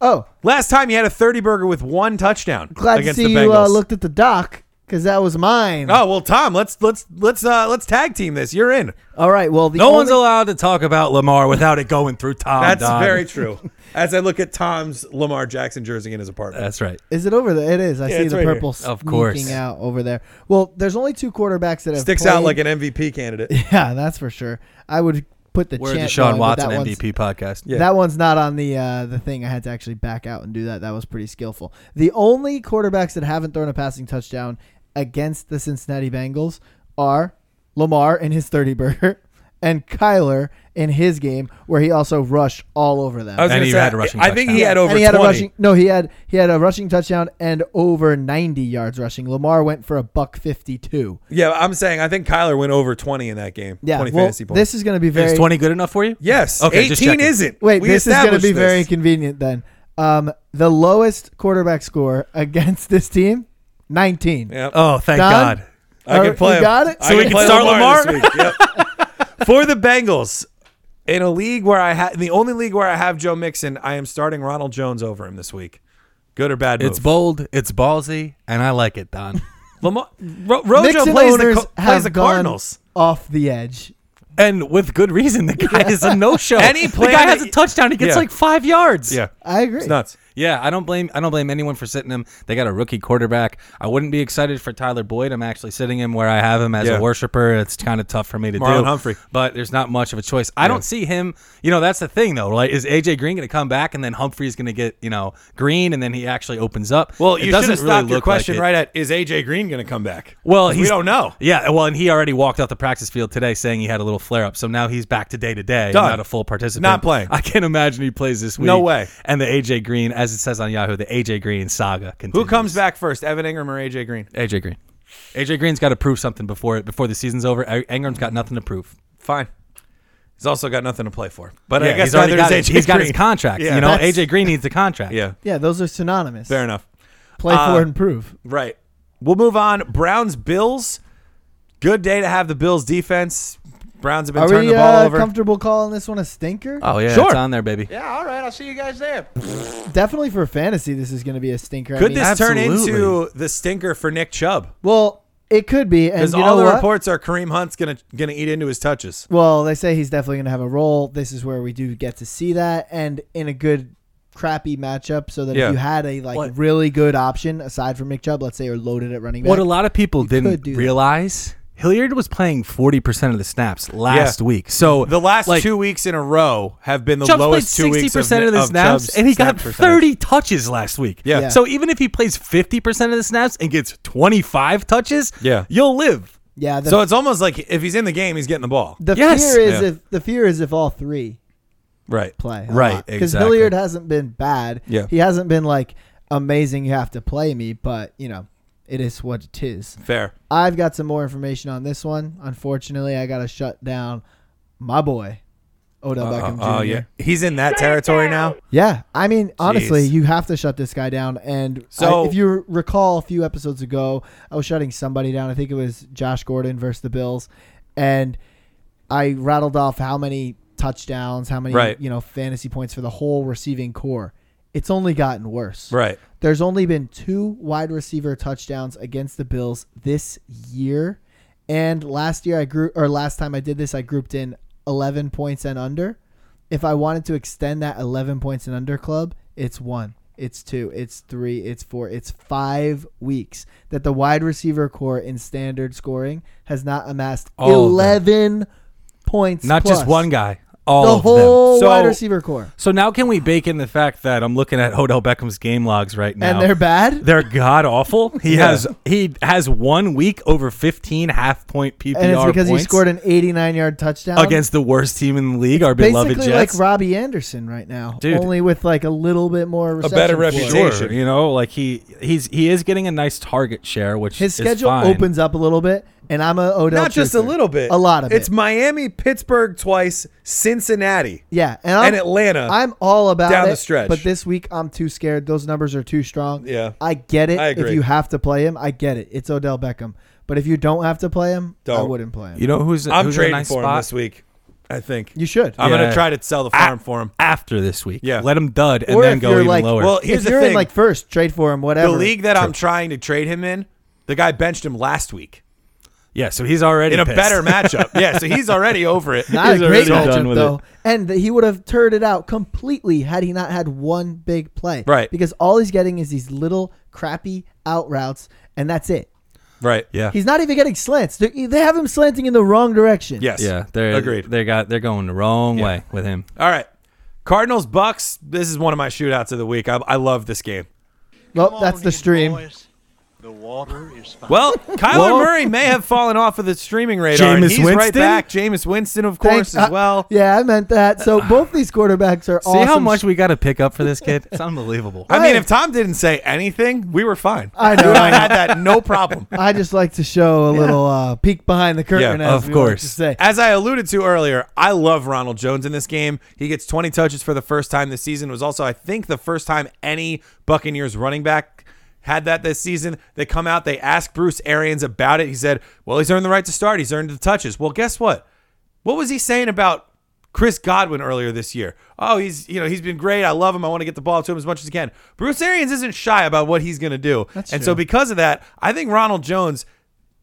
Speaker 4: Oh,
Speaker 1: Last time he had a 30 burger with one touchdown
Speaker 4: glad to
Speaker 1: against
Speaker 4: see
Speaker 1: the Bengals.
Speaker 4: you uh, looked at the doc because that was mine.
Speaker 1: oh, well Tom, let's let's let's uh let's tag team this. You're in.
Speaker 4: All right. Well, the
Speaker 3: No
Speaker 4: only-
Speaker 3: one's allowed to talk about Lamar without it going through Tom.
Speaker 1: That's
Speaker 3: Don.
Speaker 1: very true. As I look at Tom's Lamar Jackson jersey in his apartment.
Speaker 3: That's right.
Speaker 4: Is it over there? It is. I see
Speaker 1: it's
Speaker 4: the
Speaker 1: right here.
Speaker 4: purple
Speaker 3: Of course.
Speaker 4: sneaking out over there. Well, there's only two quarterbacks that have
Speaker 1: Sticks
Speaker 4: played.
Speaker 1: out like an MVP candidate.
Speaker 4: yeah, that's for sure. I would put the
Speaker 3: We're the
Speaker 4: chant
Speaker 3: Sean
Speaker 4: going, but
Speaker 3: Watson
Speaker 4: that one's-
Speaker 3: MVP podcast.
Speaker 1: Yeah.
Speaker 4: That one's not on the uh, the thing. I had to actually back out and do that. That was pretty skillful. The only quarterbacks that haven't thrown a passing touchdown against the Cincinnati Bengals are Lamar in his thirty burger and Kyler in his game where he also rushed all over them.
Speaker 1: I was
Speaker 3: And
Speaker 1: gonna
Speaker 3: he
Speaker 1: say,
Speaker 3: had a rushing
Speaker 1: I think he
Speaker 3: touchdown.
Speaker 1: had over
Speaker 4: and he had
Speaker 1: 20.
Speaker 4: a rushing no he had he had a rushing touchdown and over 90 yards rushing lamar went for a buck 52
Speaker 1: Yeah, I'm saying I think Kyler went over 20 in that game.
Speaker 4: yeah
Speaker 1: 20
Speaker 4: well,
Speaker 1: fantasy points.
Speaker 4: this is going to be
Speaker 3: Is
Speaker 4: very
Speaker 3: 20 good enough for you?
Speaker 1: yes.
Speaker 3: Okay,
Speaker 1: 18
Speaker 3: just checking.
Speaker 1: isn't.
Speaker 4: wait
Speaker 1: We
Speaker 4: this is going to
Speaker 1: established
Speaker 4: be very
Speaker 1: this.
Speaker 4: convenient then um the lowest quarterback score against this team 19
Speaker 1: Yep.
Speaker 3: Oh, thank
Speaker 4: Don?
Speaker 3: God.
Speaker 1: I
Speaker 4: All
Speaker 1: can
Speaker 4: right,
Speaker 1: play
Speaker 4: you
Speaker 1: him.
Speaker 4: got it?
Speaker 1: I
Speaker 4: So
Speaker 3: we can
Speaker 1: play
Speaker 3: start
Speaker 1: this week, yep. For the Bengals, in a league where I have the only league where I have Joe Mixon, I am starting Ronald Jones over him this week. Good or bad move?
Speaker 3: It's bold, it's ballsy, and I like it, Don.
Speaker 1: Lamar- Ro- Rojo
Speaker 4: Mixon
Speaker 1: plays the,
Speaker 4: owners
Speaker 1: Co- plays
Speaker 4: have
Speaker 1: the
Speaker 4: gone
Speaker 1: Cardinals.
Speaker 4: off the edge
Speaker 3: and with good reason, the guy is a no-show.
Speaker 1: And he
Speaker 3: the
Speaker 1: played-
Speaker 3: guy has a touchdown. He gets
Speaker 1: Yeah.
Speaker 3: like five yards.
Speaker 1: Yeah,
Speaker 4: i agree
Speaker 1: it's nuts.
Speaker 3: yeah. I don't blame. I don't blame anyone for sitting him. They got a rookie quarterback. I wouldn't be excited for Tyler Boyd. I'm actually sitting him where I have him as
Speaker 1: Yeah.
Speaker 3: a worshiper. It's kind of tough for me to
Speaker 1: Marlon
Speaker 3: do.
Speaker 1: Humphrey.
Speaker 3: but there's not much of a choice. I don't see him. You know, that's the thing though. Like, is AJ Green going to come back and then Humphrey's going to get you know Green and then he actually opens up?
Speaker 1: Well,
Speaker 3: It
Speaker 1: you should
Speaker 3: doesn't
Speaker 1: have stopped your
Speaker 3: look like
Speaker 1: question
Speaker 3: it.
Speaker 1: right at is AJ Green going to come back?
Speaker 3: Well,
Speaker 1: we
Speaker 3: he's-
Speaker 1: don't know.
Speaker 3: Yeah, well, and he already walked off the practice field today saying he had a little flare up. So now he's back to day to day, and
Speaker 1: Done.
Speaker 3: not a full participant.
Speaker 1: Not playing.
Speaker 3: I can't imagine he plays this week.
Speaker 1: No way.
Speaker 3: And the AJ Green, as it says on Yahoo, the AJ Green saga
Speaker 1: Who
Speaker 3: continues.
Speaker 1: comes back first, Evan Ingram or AJ Green?
Speaker 3: AJ Green. AJ Green's got to prove something before before the season's over. A- Ingram's got nothing to prove.
Speaker 1: Fine. He's also got nothing to play for. But I
Speaker 3: Yeah,
Speaker 1: guess
Speaker 3: he's already
Speaker 1: neither
Speaker 3: got,
Speaker 1: is
Speaker 3: his,
Speaker 1: AJ
Speaker 3: he's got
Speaker 1: Green.
Speaker 3: his contract.
Speaker 1: Yeah,
Speaker 3: you know,
Speaker 1: that's-
Speaker 3: AJ Green needs the contract.
Speaker 1: Yeah,
Speaker 4: yeah those are synonymous
Speaker 1: fair enough.
Speaker 4: play
Speaker 1: Uh,
Speaker 4: for and prove
Speaker 1: Right. We'll move on. Browns Bills. Good day to have the Bills defense. Browns have been
Speaker 4: are
Speaker 1: turning
Speaker 4: we
Speaker 1: the ball
Speaker 4: uh,
Speaker 1: over.
Speaker 4: comfortable calling this one a stinker
Speaker 3: Oh yeah,
Speaker 1: Sure.
Speaker 3: it's on there, baby.
Speaker 5: Yeah, all right. I'll see you guys there.
Speaker 4: definitely for fantasy this is going to be a stinker I
Speaker 1: Could
Speaker 4: mean,
Speaker 1: this turn
Speaker 3: Absolutely.
Speaker 1: into the stinker for Nick Chubb?
Speaker 4: well it could be and
Speaker 1: Because
Speaker 4: you know
Speaker 1: all the
Speaker 4: what?
Speaker 1: reports are Kareem Hunt's gonna gonna eat into his touches.
Speaker 4: Well, they say he's definitely going to have a role. This is where we do get to see that, and in a good crappy matchup so that
Speaker 1: Yeah.
Speaker 4: if you had a like
Speaker 3: What-
Speaker 4: really good option aside from Nick Chubb, let's say, or loaded at running back.
Speaker 3: What a lot of people
Speaker 4: could
Speaker 3: didn't
Speaker 4: do that.
Speaker 3: realize, Hilliard was playing 40% of the snaps last
Speaker 1: Yeah.
Speaker 3: week. So
Speaker 1: The last
Speaker 3: like,
Speaker 1: two weeks in a row have been the
Speaker 3: Chubb's played
Speaker 1: lowest two
Speaker 3: 60%
Speaker 1: weeks of,
Speaker 3: of the
Speaker 1: of
Speaker 3: snaps,
Speaker 1: Chubb's
Speaker 3: and he
Speaker 1: snap
Speaker 3: got
Speaker 1: percentage.
Speaker 3: 30 touches last week.
Speaker 1: Yeah.
Speaker 4: Yeah.
Speaker 3: So even if he plays 50% of the snaps and gets 25 touches,
Speaker 1: Yeah.
Speaker 3: you'll live.
Speaker 4: yeah. The,
Speaker 1: So it's almost like if he's in the game, he's getting the ball.
Speaker 4: the
Speaker 3: Yes.
Speaker 4: fear is
Speaker 1: Yeah.
Speaker 4: if the fear is if all three
Speaker 1: Right.
Speaker 4: play. a
Speaker 3: Right,
Speaker 4: lot.
Speaker 3: exactly.
Speaker 4: Hilliard hasn't been bad.
Speaker 1: Yeah.
Speaker 4: He hasn't been like amazing. You have to play me, but you know, it is what it is.
Speaker 1: Fair.
Speaker 4: I've got some more information on this one. Unfortunately, I got to shut down my boy Odell Beckham Jr.
Speaker 1: Oh yeah, he's in that territory now.
Speaker 4: Yeah, I mean, honestly,
Speaker 1: Jeez.
Speaker 4: you have to shut this guy down. And so,
Speaker 1: So-
Speaker 4: if you recall, a few episodes ago, I was shutting somebody down. I think it was Josh Gordon versus the Bills, and I rattled off how many touchdowns, how many
Speaker 1: Right.
Speaker 4: you know fantasy points for the whole receiving core. It's only gotten worse.
Speaker 1: Right.
Speaker 4: There's only been two wide receiver touchdowns against the Bills this year. And last year I grew or last time I did this I grouped in 11 points and under. If I wanted to extend that 11 points and under club, it's 1, it's 2, it's 3, it's 4, it's 5 weeks that the wide receiver core in standard scoring has not amassed
Speaker 3: All of them.
Speaker 4: 11 points
Speaker 3: Not just
Speaker 4: plus.
Speaker 3: one guy, all
Speaker 4: the
Speaker 3: of
Speaker 4: whole
Speaker 3: them. So,
Speaker 4: wide receiver core.
Speaker 3: so now can we bake in the fact that I'm looking at Odell Beckham's game logs right now?
Speaker 4: And they're bad.
Speaker 3: They're god awful. He
Speaker 1: Yeah.
Speaker 3: has he has one week over 15 half point PPR
Speaker 4: and it's because
Speaker 3: points
Speaker 4: he scored an 89 yard touchdown
Speaker 3: against the worst team in the league, our beloved
Speaker 4: basically like
Speaker 3: Jets.
Speaker 4: Robbie Anderson right now,
Speaker 3: Dude.
Speaker 4: only with like a little bit more reception
Speaker 1: better
Speaker 4: floor.
Speaker 1: reputation.
Speaker 3: Sure, you know, like he he's he is getting a nice target share, which
Speaker 4: His
Speaker 3: is
Speaker 4: schedule
Speaker 3: fine.
Speaker 4: opens up a little bit, and I'm a Odell.
Speaker 1: Not just a
Speaker 4: truther.
Speaker 1: little bit.
Speaker 4: a lot of
Speaker 1: It's
Speaker 4: it.
Speaker 1: Miami, Pittsburgh twice, Cincinnati.
Speaker 4: yeah, and, I'm,
Speaker 1: and Atlanta
Speaker 4: I'm all about
Speaker 1: down
Speaker 4: it,
Speaker 1: the stretch.
Speaker 4: But this week, I'm too scared. Those numbers are too strong.
Speaker 1: Yeah.
Speaker 4: I get it.
Speaker 1: I
Speaker 4: If
Speaker 1: agree.
Speaker 4: you have to play him, I get it. It's Odell Beckham. But if you don't have to play him, I
Speaker 1: Don't.
Speaker 4: wouldn't play him.
Speaker 3: You know who's
Speaker 1: I'm
Speaker 3: who's in a
Speaker 1: trading
Speaker 3: nice
Speaker 1: for him
Speaker 3: spot?
Speaker 1: this week. I think
Speaker 4: You should.
Speaker 1: I'm
Speaker 3: Yeah.
Speaker 1: gonna try to sell the farm for him.
Speaker 3: after this week.
Speaker 1: Yeah.
Speaker 3: let him dud and
Speaker 4: Or
Speaker 3: then
Speaker 4: if
Speaker 3: go
Speaker 4: you're
Speaker 3: even
Speaker 4: like-
Speaker 3: lower.
Speaker 1: Well, here's
Speaker 4: if
Speaker 1: the
Speaker 4: you're in
Speaker 1: thing.
Speaker 4: like first, trade for him.
Speaker 1: the
Speaker 4: Whatever.
Speaker 1: league that I'm trying to trade him in, the guy benched him last week
Speaker 3: yeah, so he's already
Speaker 1: in a
Speaker 3: pissed.
Speaker 1: better matchup. Yeah, so he's already over it.
Speaker 4: Not a great
Speaker 3: already done
Speaker 4: matchup
Speaker 3: with
Speaker 4: though,
Speaker 3: it.
Speaker 4: and he would have turned it out completely had he not had one big play.
Speaker 1: Right.
Speaker 4: Because all he's getting is these little crappy out routes, and that's it.
Speaker 1: Right.
Speaker 3: Yeah,
Speaker 4: He's not even getting slants. They they have him slanting in the wrong direction.
Speaker 1: Yes.
Speaker 3: yeah. They're
Speaker 1: agreed.
Speaker 3: They got they're going the wrong way with him.
Speaker 1: All right. Cardinals Bucks. This is one of my shootouts of the week. I, I love this game.
Speaker 4: Well, that's the stream.
Speaker 5: The water is fine.
Speaker 1: Well, Kyler
Speaker 3: Well-
Speaker 1: Murray may have fallen off of the streaming radar. and
Speaker 3: Jameis
Speaker 1: he's right
Speaker 3: Winston?
Speaker 1: back. Jameis Winston, of
Speaker 4: Thanks-
Speaker 1: course, as well.
Speaker 4: uh, yeah, I meant that. So both these quarterbacks are
Speaker 3: See
Speaker 4: awesome.
Speaker 3: how much we got to pick up for this kid? It's unbelievable.
Speaker 1: I mean,
Speaker 4: Right.
Speaker 1: if Tom didn't say anything, we were fine.
Speaker 4: I know.
Speaker 1: You and I had that no problem.
Speaker 4: I just like to show a little uh, peek behind the curtain.
Speaker 1: Yeah,
Speaker 4: as
Speaker 3: of
Speaker 4: we like to
Speaker 3: course.
Speaker 4: say.
Speaker 1: As I alluded to earlier, I love Ronald Jones in this game. He gets 20 touches for the first time this season. It was also, I think, the first time any Buccaneers running back had that this season. They come out, they ask Bruce Arians about it. He said, Well, he's earned the right to start. He's earned the touches. Well, guess what? What was he saying about Chris Godwin earlier this year? Oh, he's you know he's been great. I love him. I want to get the ball to him as much as I can. Bruce Arians isn't shy about what he's going to do, and so because of that, I think Ronald Jones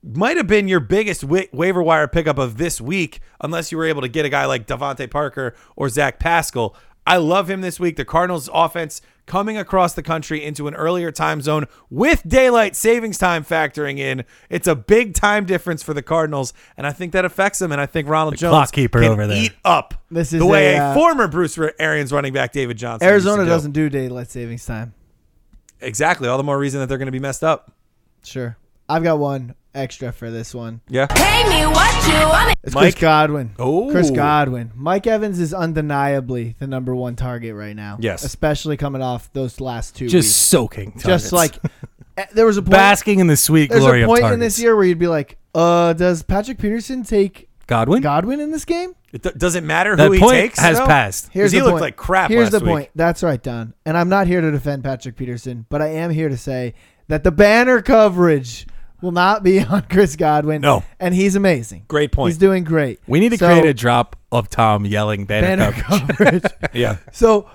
Speaker 1: might have been your biggest wa- waiver wire pickup of this week, unless you were able to get a guy like Devontae Parker or Zach Pascal. I love him this week. The Cardinals' offense coming across the country into an earlier time zone with daylight savings time factoring in. It's a big time difference for the Cardinals, and I think that affects them. And I think Ronald Jones
Speaker 3: clock keeper
Speaker 1: can
Speaker 3: over there.
Speaker 1: eat up
Speaker 4: This is
Speaker 1: the way
Speaker 4: a,
Speaker 1: a,
Speaker 4: uh,
Speaker 1: former Bruce Ra- Arians running back David Johnson. used to
Speaker 4: Arizona
Speaker 1: do.
Speaker 4: doesn't do daylight savings time.
Speaker 1: exactly. All the more reason that they're going to be messed up.
Speaker 4: Sure. I've got one extra for this one.
Speaker 1: Yeah.
Speaker 6: Pay me what you want.
Speaker 4: It's Chris
Speaker 1: Mike-
Speaker 4: Godwin.
Speaker 1: Oh.
Speaker 4: Chris Godwin. Mike Evans is undeniably the number one target right now.
Speaker 1: Yes.
Speaker 4: Especially coming off those last two
Speaker 3: Just
Speaker 4: weeks.
Speaker 3: soaking. targets.
Speaker 4: Just like eh, there was a point,
Speaker 3: basking in the sweet
Speaker 4: there's
Speaker 3: glory
Speaker 4: a point
Speaker 3: of
Speaker 4: in this
Speaker 3: targets.
Speaker 4: year where you'd be like, uh, does Patrick Peterson take
Speaker 3: Godwin.
Speaker 4: Godwin in this game?
Speaker 1: It do- does it matter
Speaker 3: that
Speaker 1: who he
Speaker 3: point
Speaker 1: takes?
Speaker 3: has
Speaker 1: though?
Speaker 3: passed.
Speaker 1: Because he looked like crap
Speaker 4: Here's
Speaker 1: last
Speaker 4: the
Speaker 1: week.
Speaker 4: point. That's right, Don. And I'm not here to defend Patrick Peterson, but I am here to say that the banner coverage will not be on Chris Godwin.
Speaker 1: No.
Speaker 4: And he's amazing.
Speaker 1: Great point.
Speaker 4: He's doing great.
Speaker 3: We need to
Speaker 4: So,
Speaker 3: create a drop of Tom yelling banner,
Speaker 4: banner
Speaker 3: coverage.
Speaker 4: coverage.
Speaker 1: Yeah.
Speaker 4: So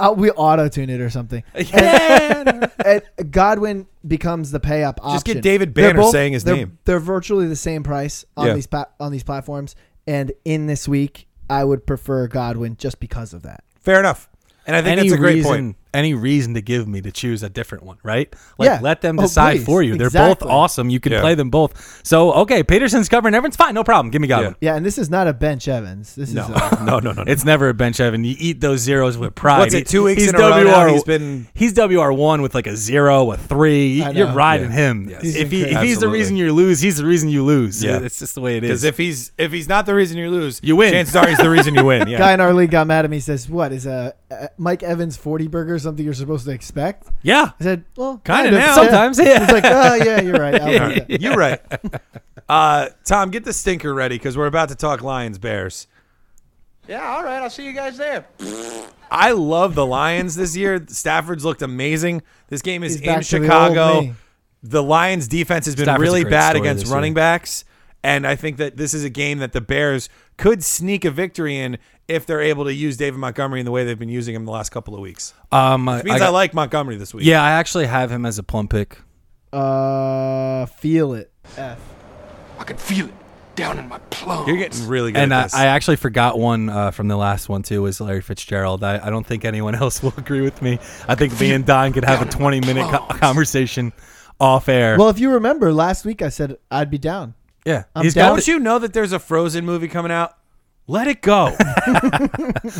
Speaker 4: uh, we auto tune it or something. And, and Godwin becomes the pay up option.
Speaker 1: Just get David
Speaker 4: They're
Speaker 1: Banner saying his
Speaker 4: they're-
Speaker 1: name.
Speaker 4: They're virtually the same price on
Speaker 1: Yeah.
Speaker 4: these pa- on these platforms. And in this week, I would prefer Godwin just because of that.
Speaker 1: Fair enough. And I think
Speaker 3: any
Speaker 1: that's a great
Speaker 3: reason,
Speaker 1: point.
Speaker 3: Any reason to give me to choose a different one, right? Like
Speaker 4: Yeah.
Speaker 3: let them
Speaker 4: Oh,
Speaker 3: decide
Speaker 4: please.
Speaker 3: for you. They're
Speaker 4: Exactly.
Speaker 3: both awesome. You can
Speaker 1: Yeah.
Speaker 3: play them both. So okay, Peterson's covering everyone's fine. No problem. Give me Godwin.
Speaker 4: Yeah, and this is not a bench Evans. This is a,
Speaker 1: no, no, no, no.
Speaker 3: It's never a bench Evan. You eat those zeros with pride.
Speaker 1: What's it, two weeks in a row now he's been-
Speaker 3: he's WR one with like a zero, a three.
Speaker 4: I know.
Speaker 3: You're riding him.
Speaker 1: He's
Speaker 3: If he, if
Speaker 1: incredible.
Speaker 3: he's the reason you lose, he's the reason you lose.
Speaker 1: Yeah.
Speaker 3: It's just the way it
Speaker 1: because
Speaker 3: is.
Speaker 1: if he's if he's not the reason you lose,
Speaker 3: You win.
Speaker 1: Chances are he's the reason you win. Yeah.
Speaker 4: guy in our league got mad at me. Says, "What is a, uh Mike Evans forty burger? Something you're supposed to expect?"
Speaker 3: yeah.
Speaker 4: I said, "Well,
Speaker 1: Kinda now.
Speaker 4: yeah."
Speaker 3: Sometimes, yeah.
Speaker 4: He's like, "Oh yeah, you're right." I'll do that."
Speaker 1: You're right. Uh, Tom, get the stinker ready because we're about to talk Lions Bears.
Speaker 5: Yeah, all right. I'll see you guys there.
Speaker 1: I love the Lions this year. Stafford's looked amazing. This game is
Speaker 4: He's
Speaker 1: in
Speaker 4: back to the old
Speaker 1: Chicago.
Speaker 4: me.
Speaker 1: The Lions defense has been
Speaker 3: Stafford's a
Speaker 1: really
Speaker 3: great
Speaker 1: bad
Speaker 3: story
Speaker 1: against
Speaker 3: this
Speaker 1: running
Speaker 3: year.
Speaker 1: backs. And I think that this is a game that the Bears could sneak a victory in if they're able to use David Montgomery in the way they've been using him the last couple of weeks.
Speaker 3: Um.
Speaker 1: Which means I, like Montgomery this week.
Speaker 3: Yeah, I actually have him as a plum pick.
Speaker 4: Uh, feel it. F.
Speaker 5: I can feel it down in my plums.
Speaker 1: You're getting really good
Speaker 3: And
Speaker 1: at
Speaker 3: I,
Speaker 1: this.
Speaker 3: I actually forgot one uh, from the last one too. Was Larry Fitzgerald? I, I don't think anyone else will agree with me. I think me and Don could have a 20 minute co- conversation off air.
Speaker 4: Well, if you remember last week, I said I'd be down.
Speaker 3: yeah,
Speaker 4: I'm
Speaker 3: he's
Speaker 4: down.
Speaker 3: got.
Speaker 1: Don't you know that there's a Frozen movie coming out? Let it go.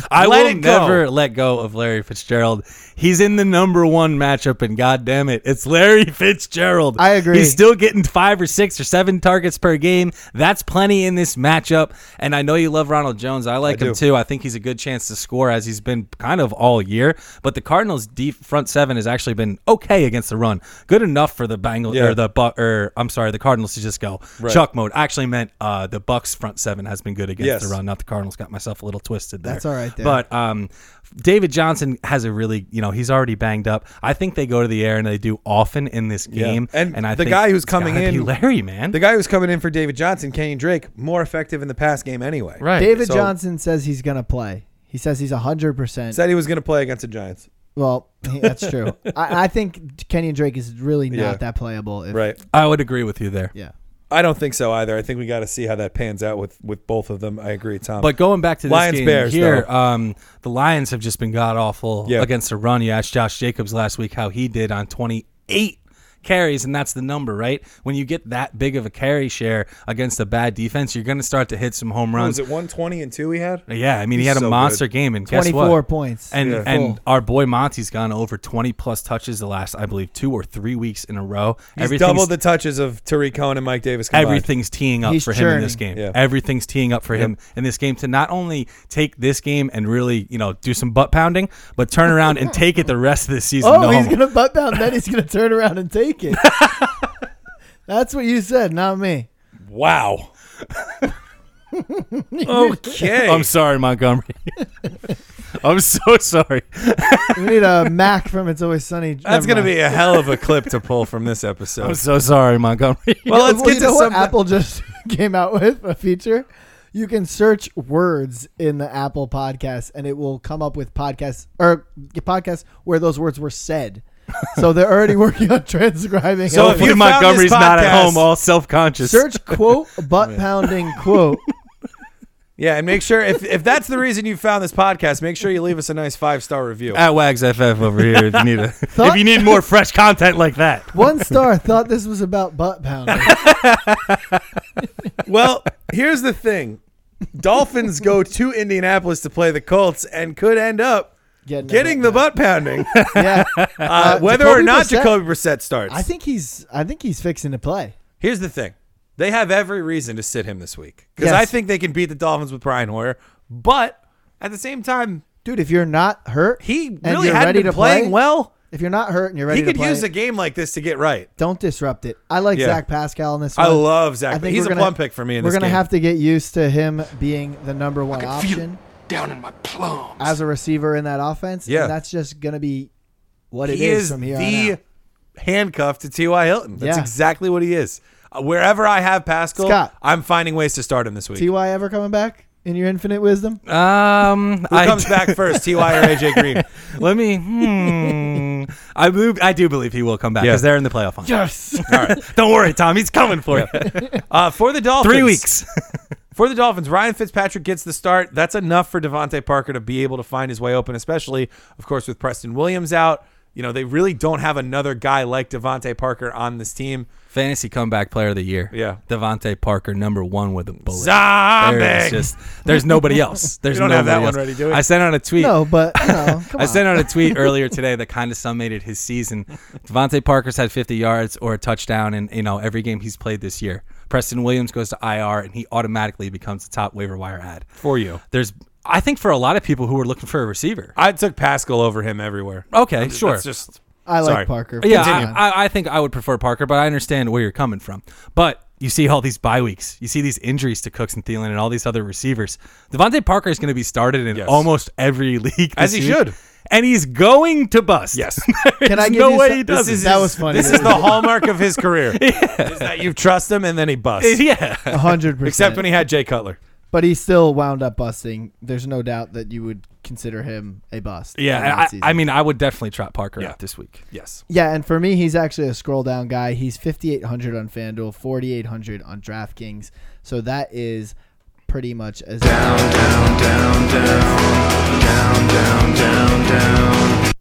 Speaker 3: I
Speaker 1: let
Speaker 3: will
Speaker 1: it go.
Speaker 3: never let go of Larry Fitzgerald. He's in the number one matchup, and God damn it, it's Larry Fitzgerald.
Speaker 4: I agree.
Speaker 3: He's still getting five or six or seven targets per game. That's plenty in this matchup. And I know you love Ronald Jones. I like
Speaker 1: I
Speaker 3: him
Speaker 1: do.
Speaker 3: too. I think he's a good chance to score as he's been kind of all year. But the Cardinals' deep front seven has actually been okay against the run. Good enough for the Bengals
Speaker 1: Yeah.
Speaker 3: or the Bu- or I'm sorry, the Cardinals to just go chuck mode. I actually meant uh, the Bucks front seven has been good against
Speaker 1: Yes.
Speaker 3: the run, not the Cardinals. Got myself a little twisted there.
Speaker 4: That's all right there.
Speaker 3: But but um, David Johnson has a really, you know, he's already banged up. I think they go to the air and they do often in this game.
Speaker 1: And
Speaker 3: I
Speaker 1: the
Speaker 3: think
Speaker 1: guy who's
Speaker 3: it's
Speaker 1: coming
Speaker 3: gotta be
Speaker 1: in-
Speaker 3: Larry, man.
Speaker 1: The guy who's coming in for David Johnson, Kenyon Drake, more effective in the pass game anyway.
Speaker 3: right.
Speaker 4: David
Speaker 1: so-
Speaker 4: Johnson says he's gonna play. He says he's hundred percent.
Speaker 1: Said he was going to play against the Giants.
Speaker 4: Well, he- that's true. I, I think Kenyon Drake is really not
Speaker 1: Yeah.
Speaker 4: that playable. If,
Speaker 1: Right.
Speaker 3: I would agree with you there.
Speaker 4: Yeah.
Speaker 1: I don't think so either. I think we got to see how that pans out with with both of them. I agree, Tom.
Speaker 3: But going back to this
Speaker 1: Lions,
Speaker 3: game
Speaker 1: Bears,
Speaker 3: here,
Speaker 1: though.
Speaker 3: um, the Lions have just been god awful
Speaker 1: Yeah.
Speaker 3: against the run. You asked Josh Jacobs last week how he did on 28 carries, and that's the number, right? When you get that big of a carry share against a bad defense, you're going to start to hit some home
Speaker 1: What
Speaker 3: runs.
Speaker 1: was it 120 and 2 we had?
Speaker 3: Yeah, I mean, he
Speaker 1: He's
Speaker 3: had a
Speaker 1: so
Speaker 3: monster game, and guess what?
Speaker 4: 24 points.
Speaker 3: And
Speaker 1: Yeah.
Speaker 3: and
Speaker 4: Cool.
Speaker 3: our boy Monty's gone over twenty plus touches the last, I believe, two or three weeks in a row.
Speaker 1: He's doubled the touches of Tariq Cohen and Mike Davis combined.
Speaker 3: Everything's teeing up
Speaker 4: He's
Speaker 3: for him in this game.
Speaker 4: churning.
Speaker 1: Yeah.
Speaker 3: Everything's teeing up for him in this game to not only take this game and really, you know, do some butt pounding, but turn around and take it the rest of the season.
Speaker 4: oh,
Speaker 3: No.
Speaker 4: he's going to butt down. Then he's going to turn around and take it. That's what you said, not me.
Speaker 3: wow.
Speaker 1: Okay.
Speaker 3: I'm sorry, Montgomery. I'm so sorry.
Speaker 4: We need a Mac from It's Always Sunny.
Speaker 1: That's going to be a hell of a clip to pull from this
Speaker 3: I'm
Speaker 1: episode.
Speaker 3: so sorry, Montgomery.
Speaker 1: Well, let's
Speaker 4: well,
Speaker 1: get
Speaker 4: you
Speaker 1: to
Speaker 4: know
Speaker 1: some
Speaker 4: what Apple just came out with a feature. You can search words in the Apple podcast, and it will come up with podcasts or podcasts where those words were said. So they're already working on transcribing.
Speaker 1: So
Speaker 4: it.
Speaker 1: if
Speaker 3: Hopefully
Speaker 1: you found this
Speaker 3: Montgomery's not at
Speaker 1: podcast-
Speaker 3: home, all self conscious.
Speaker 4: search quote butt pounding quote.
Speaker 1: Yeah, and make sure if if that's the reason you found this podcast, make sure you leave us a nice five-star review.
Speaker 3: at Wags FF over here. If you need a, if you need more fresh content like that,
Speaker 4: One star thought this was about butt pounding.
Speaker 1: Well, here's the thing. Dolphins go to Indianapolis to play the Colts and could end up
Speaker 4: Getting,
Speaker 1: getting the butt pounding.
Speaker 4: yeah.
Speaker 1: Uh, whether or
Speaker 4: Jacoby
Speaker 1: not
Speaker 4: Brissett-
Speaker 1: Jacoby Brissett starts.
Speaker 4: I think he's I think he's fixing to play.
Speaker 1: Here's the thing. They have every reason to sit him this week because
Speaker 4: Yes.
Speaker 1: I think they can beat the Dolphins with Brian Hoyer. But at the same time,
Speaker 4: Dude, if you're not hurt,
Speaker 1: he
Speaker 4: and
Speaker 1: really
Speaker 4: you're
Speaker 1: hadn't
Speaker 4: ready
Speaker 1: been
Speaker 4: to
Speaker 1: playing
Speaker 4: play,
Speaker 1: well.
Speaker 4: If you're not hurt and you're ready
Speaker 1: He could
Speaker 4: to play,
Speaker 1: use a game like this to get right.
Speaker 4: don't disrupt it. I like
Speaker 1: Yeah.
Speaker 4: Zach Pascal in this
Speaker 1: I
Speaker 4: one.
Speaker 1: love Zach.
Speaker 4: I think
Speaker 1: He's
Speaker 4: we're
Speaker 1: a
Speaker 4: gonna-
Speaker 1: plum pick for me in
Speaker 4: We're
Speaker 1: this
Speaker 4: gonna
Speaker 1: game.
Speaker 4: have to get used to him being the number one
Speaker 5: I can feel
Speaker 4: option
Speaker 5: it down in my plums.
Speaker 4: as a receiver in that offense.
Speaker 1: Yeah.
Speaker 4: And that's just gonna be what it
Speaker 1: he
Speaker 4: is,
Speaker 1: is
Speaker 4: from here on
Speaker 1: the
Speaker 4: out.
Speaker 1: handcuff to T.Y. Hilton. That's
Speaker 4: Yeah.
Speaker 1: exactly what he is. Uh, wherever I have Pascal,
Speaker 4: Scott.
Speaker 1: I'm finding ways to start him this week.
Speaker 4: Ty ever coming back in your infinite wisdom?
Speaker 3: um,
Speaker 1: Who comes back first, T.Y. or A.J. Green?
Speaker 3: Let me. Hmm, I believe I do believe he will come back
Speaker 1: Yeah.
Speaker 3: because they're in the playoff. hunt.
Speaker 4: Yes.
Speaker 3: All right, don't worry, Tom. He's coming for you.
Speaker 1: Uh, for the Dolphins.
Speaker 3: Three weeks.
Speaker 1: For the Dolphins, Ryan Fitzpatrick gets the start. That's enough for Devontae Parker to be able to find his way open, especially, of course, with Preston Williams out. You know, they really don't have another guy like Devontae Parker on this team.
Speaker 3: Fantasy comeback player of the year.
Speaker 1: Yeah.
Speaker 3: Devontae Parker, number one with a bullet.
Speaker 1: Zombie!
Speaker 3: There it is, just- there's nobody else. There's
Speaker 1: don't have that one
Speaker 3: nobody else.
Speaker 1: ready, do we?
Speaker 3: I sent out a tweet.
Speaker 4: No, but you know, Oh, come
Speaker 3: I
Speaker 4: on.
Speaker 3: sent out a tweet earlier today that kind of summated his season. Devontae Parker's had 50 yards or a touchdown in you know every game he's played this year. Preston Williams goes to IR and he automatically becomes the top waiver wire ad
Speaker 1: For you.
Speaker 3: There's, I think, for a lot of people who are looking for a receiver.
Speaker 1: I took Pascal over him everywhere.
Speaker 3: Okay, Oh, sure.
Speaker 1: That's just
Speaker 4: I like
Speaker 1: sorry.
Speaker 4: Parker.
Speaker 3: yeah,
Speaker 4: Come on.
Speaker 3: I, I, I think I would prefer Parker, but I understand where you're coming from. But you see all these bye weeks, you see these injuries to Cooks and Thielen and all these other receivers. Devontae Parker is going to be started in
Speaker 1: Yes.
Speaker 3: almost every league, this
Speaker 1: As he
Speaker 3: year.
Speaker 1: should.
Speaker 3: and he's going to bust.
Speaker 1: Yes.
Speaker 4: Can I
Speaker 3: There's
Speaker 4: give
Speaker 3: no
Speaker 4: you
Speaker 3: way
Speaker 4: some-
Speaker 3: he
Speaker 4: this
Speaker 3: doesn't.
Speaker 4: is- that was funny.
Speaker 1: This is the hallmark of his career. Is that you trust him and then he busts.
Speaker 3: yeah.
Speaker 4: hundred percent.
Speaker 1: Except when he had Jay Cutler.
Speaker 4: but he still wound up busting. There's no doubt that you would consider him a bust. in that
Speaker 3: Yeah,
Speaker 4: season.
Speaker 3: I, I mean, I would definitely trot Parker
Speaker 1: Yeah.
Speaker 3: out this week.
Speaker 1: Yes.
Speaker 4: Yeah, and for me, he's actually a scroll down guy. He's 5,800 on FanDuel, 4,800 on DraftKings. So that is pretty much as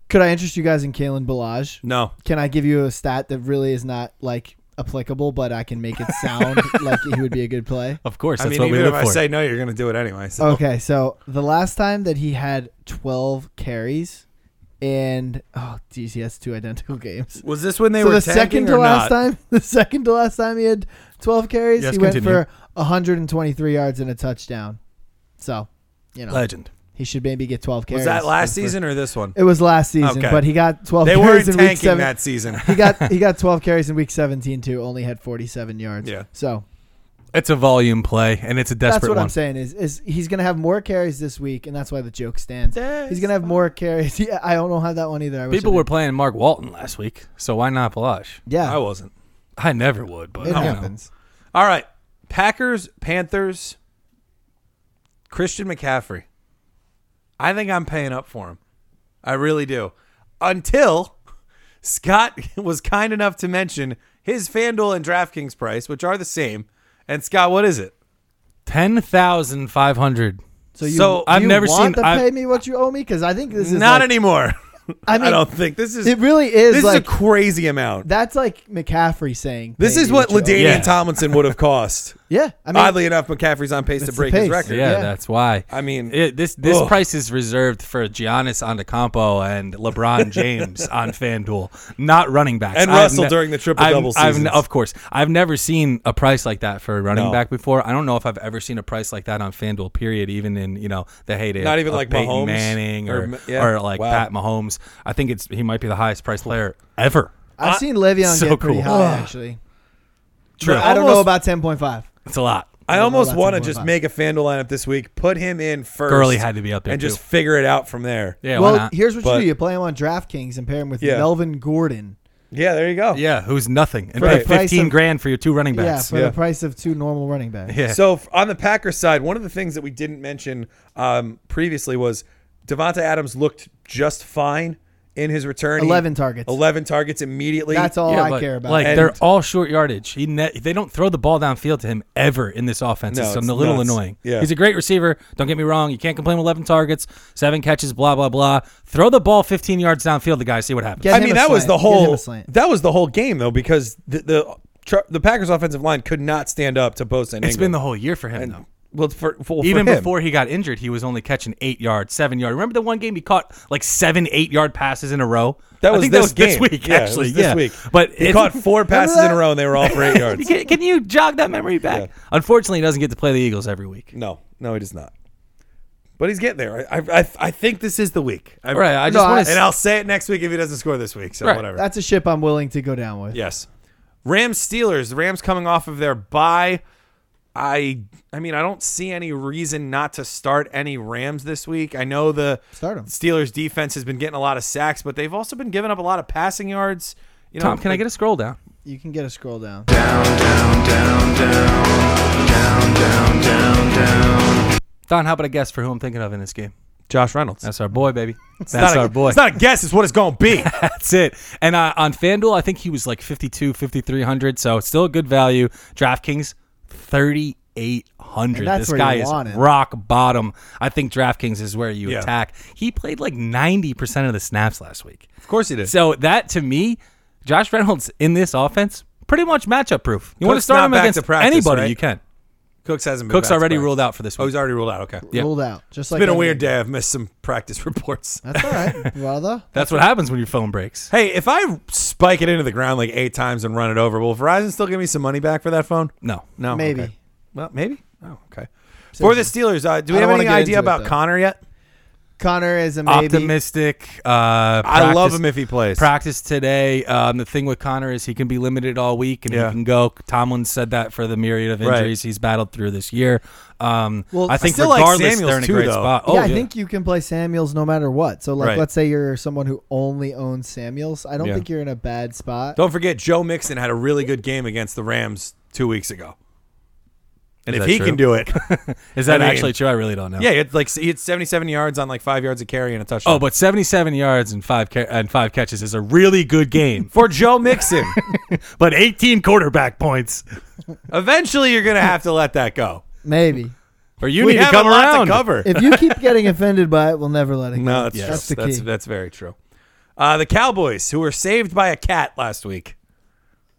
Speaker 4: Could I interest you guys in Kalen Balaj?
Speaker 1: No.
Speaker 4: Can I give you a stat that really is not like applicable, but I can make it sound like he would be a good play?
Speaker 3: Of course,
Speaker 1: I
Speaker 3: that's
Speaker 1: mean,
Speaker 3: what we
Speaker 1: even if
Speaker 3: live
Speaker 1: I
Speaker 3: for.
Speaker 1: say no, you're going to do it anyway. So.
Speaker 4: Okay, so the last time that he had 12 carries and oh, geez, he has two identical games.
Speaker 1: Was this when they
Speaker 4: so
Speaker 1: were
Speaker 4: the
Speaker 1: tanking
Speaker 4: second
Speaker 1: or
Speaker 4: to last
Speaker 1: not?
Speaker 4: time, the second to last time he had 12 carries,
Speaker 3: Yes,
Speaker 4: he went
Speaker 3: continue.
Speaker 4: for 123 yards and a touchdown. So, you know,
Speaker 3: Legend.
Speaker 4: he should maybe get 12 carries.
Speaker 1: Was that last
Speaker 4: for-
Speaker 1: season or this one?
Speaker 4: It was last season,
Speaker 1: Okay.
Speaker 4: but he got 12
Speaker 1: They
Speaker 4: carries
Speaker 1: weren't
Speaker 4: in week
Speaker 1: tanking
Speaker 4: 7.
Speaker 1: that season.
Speaker 4: he got he got 12 carries in week 17 too, only had 47 yards.
Speaker 1: Yeah.
Speaker 4: So,
Speaker 3: It's a volume play, and it's a
Speaker 4: that's
Speaker 3: desperate
Speaker 4: what
Speaker 3: one.
Speaker 4: I'm saying is is he's going to have more carries this week and that's why the joke stands. He's going to have more carries. Yeah, I don't know how that one either. I wish
Speaker 3: People
Speaker 4: I
Speaker 3: were
Speaker 4: did.
Speaker 3: playing Mark Walton last week, so why not Balaj?
Speaker 4: Yeah.
Speaker 1: I wasn't.
Speaker 3: I never would, but
Speaker 4: it
Speaker 3: I don't know.
Speaker 4: happens.
Speaker 1: All right. Packers, Panthers, Christian McCaffrey. I think I'm paying up for him. I really do. Until Scott was kind enough to mention his FanDuel and DraftKings price, which are the same. And Scott, what is it?
Speaker 3: Ten thousand five hundred.
Speaker 4: So you,
Speaker 1: So,
Speaker 4: I've
Speaker 3: I've
Speaker 4: never
Speaker 3: never
Speaker 4: want
Speaker 3: seen-
Speaker 4: to
Speaker 3: I've-
Speaker 4: pay me what you owe me because I think this is
Speaker 1: Not
Speaker 4: like-
Speaker 1: anymore.
Speaker 4: I
Speaker 1: I,
Speaker 4: mean,
Speaker 1: don't think this is
Speaker 4: It really is
Speaker 1: this is
Speaker 4: like
Speaker 1: a crazy amount.
Speaker 4: that's like McCaffrey saying.
Speaker 1: this
Speaker 4: "Hey,
Speaker 1: is
Speaker 4: dude,
Speaker 1: what
Speaker 4: you owe me."
Speaker 1: Ladainian
Speaker 3: Yeah.
Speaker 1: Tomlinson would have cost.
Speaker 4: Yeah, I mean,
Speaker 1: Oddly enough, McCaffrey's on pace to
Speaker 4: That's the
Speaker 1: break his
Speaker 4: pace.
Speaker 1: record.
Speaker 3: Yeah,
Speaker 4: Yeah.
Speaker 3: that's why.
Speaker 1: I mean,
Speaker 3: It- this this
Speaker 1: ugh.
Speaker 3: price is reserved for Giannis Antetokounmpo and LeBron James on FanDuel, not running backs.
Speaker 1: And
Speaker 3: I have
Speaker 1: Russell during the triple-double
Speaker 3: I've- I've n-
Speaker 1: seasons.
Speaker 3: of course, I've never seen a price like that for a running
Speaker 1: No.
Speaker 3: back before. I don't know if I've ever seen a price like that on FanDuel. Period. Even in you know the heyday,
Speaker 1: Not
Speaker 3: of,
Speaker 1: even
Speaker 3: of
Speaker 1: like
Speaker 3: Peyton
Speaker 1: Mahomes
Speaker 3: Manning
Speaker 1: or
Speaker 3: or
Speaker 1: Ma-
Speaker 3: or,
Speaker 1: yeah.
Speaker 3: like
Speaker 1: Wow.
Speaker 3: Pat Mahomes. I think it's he might be the highest priced player ever. Ah,
Speaker 1: uh,
Speaker 4: I've seen Le'Veon
Speaker 3: so
Speaker 4: get pretty
Speaker 3: cool.
Speaker 4: high actually.
Speaker 3: True.
Speaker 4: I don't know
Speaker 1: Almost-
Speaker 4: about ten point five.
Speaker 3: It's a lot.
Speaker 1: I
Speaker 4: don't know
Speaker 1: almost
Speaker 4: about
Speaker 1: want to
Speaker 4: 10.5.
Speaker 1: just make a FanDuel lineup this week, put him in first.
Speaker 3: Gurley had to be up there
Speaker 1: and just
Speaker 3: too.
Speaker 1: figure it out from there.
Speaker 3: Yeah. why
Speaker 4: Well,
Speaker 3: not?
Speaker 4: here's what
Speaker 1: But-
Speaker 4: you do: you play him on DraftKings and pair him with
Speaker 1: Yeah.
Speaker 4: Melvin Gordon.
Speaker 1: Yeah, there you go.
Speaker 3: Yeah, who's nothing and
Speaker 1: For the
Speaker 3: pay
Speaker 4: price
Speaker 3: fifteen
Speaker 4: of-
Speaker 3: grand for your two running
Speaker 4: Yeah,
Speaker 3: backs.
Speaker 4: for
Speaker 1: Yeah.
Speaker 4: the price of two normal running backs.
Speaker 3: Yeah.
Speaker 1: So f- on the Packers side, one of the things that we didn't mention um, previously was Devonta Adams looked just fine in his return. He-
Speaker 4: 11 targets.
Speaker 1: Eleven targets immediately.
Speaker 4: That's all
Speaker 3: Yeah,
Speaker 4: I
Speaker 3: but,
Speaker 4: care about.
Speaker 3: Like
Speaker 1: And-
Speaker 3: they're all short yardage. He ne- they don't throw the ball downfield to him ever in this offense.
Speaker 1: No,
Speaker 3: it's a
Speaker 1: it's
Speaker 3: little
Speaker 1: nuts.
Speaker 3: annoying.
Speaker 1: Yeah.
Speaker 3: He's a great receiver. Don't get me wrong. You can't complain. with Eleven targets, seven catches, blah blah blah. Throw the ball fifteen yards downfield. The guy see what happens.
Speaker 4: Get
Speaker 1: I
Speaker 4: him
Speaker 1: mean,
Speaker 4: a
Speaker 1: that was
Speaker 4: slant.
Speaker 1: the
Speaker 4: Get him a
Speaker 1: whole
Speaker 4: slant.
Speaker 1: that was the whole game though, because the the, tr- the Packers offensive line could not stand up to Bosa. And
Speaker 3: It's been
Speaker 1: Ingram.
Speaker 3: the whole year for him though.
Speaker 1: well for, for- for
Speaker 3: Even
Speaker 1: him.
Speaker 3: before he got injured, he was only catching eight yard, seven yard. Remember the one game he caught like seven, eight yard passes in a row.
Speaker 1: That was
Speaker 3: I think
Speaker 1: this
Speaker 3: that was
Speaker 1: game.
Speaker 3: this week.
Speaker 1: Yeah, it
Speaker 3: actually,
Speaker 1: was this
Speaker 3: yeah.
Speaker 1: week.
Speaker 3: But
Speaker 1: he
Speaker 3: it's-
Speaker 1: caught four passes in
Speaker 4: that?
Speaker 1: a row and they were all for eight yards.
Speaker 3: Can, can you jog that memory back? Unfortunately, he doesn't get to play the Eagles every week.
Speaker 1: No, no, he does not. But he's getting there. I, I, I- I think this is the week. I,
Speaker 3: Right, I
Speaker 1: No,
Speaker 3: just wanna
Speaker 1: I-
Speaker 3: s-
Speaker 1: and I'll say it next week if he doesn't score this week. So
Speaker 3: Right,
Speaker 1: whatever.
Speaker 4: That's a ship I'm willing to go down with.
Speaker 1: yes. Rams Steelers. The Rams coming off of their bye. I I mean I don't see any reason not to start any Rams this week. I know the
Speaker 4: Start 'em.
Speaker 1: Steelers defense has been getting a lot of sacks, but they've also been giving up a lot of passing yards. You know,
Speaker 3: Tom, can I get a scroll down?
Speaker 4: You can get a scroll down.
Speaker 3: Don, how about a guess for who I'm thinking of in this game?
Speaker 1: Josh Reynolds?
Speaker 3: That's our boy, baby. That's
Speaker 1: It's not a-
Speaker 3: our boy.
Speaker 1: It's not a guess. It's what it's going to be.
Speaker 3: That's it. And uh, on FanDuel, I think he was like 52, 5,300. So still a good value. DraftKings, 38. 800.
Speaker 4: And that's
Speaker 3: this
Speaker 4: where
Speaker 3: guy
Speaker 4: you
Speaker 3: is
Speaker 4: want him.
Speaker 3: rock bottom. I think DraftKings is where you
Speaker 1: Yeah.
Speaker 3: attack. He played like 90% of the snaps last week.
Speaker 1: Of course he did.
Speaker 3: So that to me, Josh Reynolds in this offense, pretty much matchup proof. You want to
Speaker 1: Cook's
Speaker 3: start
Speaker 1: not
Speaker 3: him
Speaker 1: back
Speaker 3: against
Speaker 1: to practice,
Speaker 3: anybody
Speaker 1: right?
Speaker 3: you can.
Speaker 1: Cooks hasn't been.
Speaker 3: Cook's
Speaker 1: back to
Speaker 3: already
Speaker 1: practice.
Speaker 3: ruled out for this
Speaker 1: Oh,
Speaker 3: week.
Speaker 1: he's already ruled out. Okay. It's
Speaker 3: Yeah.
Speaker 4: Ruled out. Just like
Speaker 1: been a
Speaker 4: everything.
Speaker 1: weird day. I've missed some practice reports.
Speaker 4: That's all right. well, though.
Speaker 3: That's what happens when your phone breaks.
Speaker 1: Hey, if I spike it into the ground like eight times and run it over, will Verizon still give me some money back for that phone?
Speaker 3: No.
Speaker 1: No,
Speaker 4: Maybe.
Speaker 1: Oh, okay. Well, maybe. Oh, okay. For the Steelers, uh, do we
Speaker 4: I don't
Speaker 1: have
Speaker 4: wanna
Speaker 1: any
Speaker 4: get
Speaker 1: idea
Speaker 4: into it,
Speaker 1: about
Speaker 4: though.
Speaker 1: Connor yet?
Speaker 4: Connor is a maybe.
Speaker 3: Optimistic. Uh,
Speaker 1: I love
Speaker 3: practice-
Speaker 1: him if he plays.
Speaker 3: Practice today. Um, the thing with Connor is he can be limited all week and
Speaker 1: Yeah.
Speaker 3: he can go. Tomlin said that for the myriad of
Speaker 1: Right.
Speaker 3: injuries he's battled through this year. Um,
Speaker 4: Well,
Speaker 3: I
Speaker 1: I
Speaker 3: think
Speaker 1: still like
Speaker 3: regardless,
Speaker 1: Samuels
Speaker 3: they're in a
Speaker 1: too,
Speaker 3: great
Speaker 1: though.
Speaker 3: spot. Oh,
Speaker 4: yeah, I think you can play Samuels no matter what. So, like,
Speaker 1: Oh, Right.
Speaker 4: let's say you're someone who only owns Samuels. I don't
Speaker 1: Yeah.
Speaker 4: think you're in a bad spot.
Speaker 1: Don't forget, Joe Mixon had a really good game against the Rams two weeks ago. And
Speaker 3: Is
Speaker 1: if
Speaker 3: that
Speaker 1: he
Speaker 3: true?
Speaker 1: can do it,
Speaker 3: Is that
Speaker 1: I mean-
Speaker 3: actually true? I really don't know.
Speaker 1: yeah, it's like he had 77 yards on like five yards of carry and a touchdown.
Speaker 3: Oh, but 77 yards and five ca- and five catches is a really good game.
Speaker 1: for Joe Mixon,
Speaker 3: but 18 quarterback points.
Speaker 1: eventually you're gonna have to let that go.
Speaker 4: Maybe.
Speaker 3: Or you
Speaker 1: we
Speaker 3: need
Speaker 1: have
Speaker 3: to come
Speaker 1: a lot
Speaker 3: around.
Speaker 1: to cover.
Speaker 4: If you keep getting offended by it, we'll never let it go.
Speaker 1: No, that's
Speaker 4: that's,
Speaker 1: true.
Speaker 4: the key.
Speaker 1: that's, that's very true. Uh, the Cowboys, who were saved by a cat last week.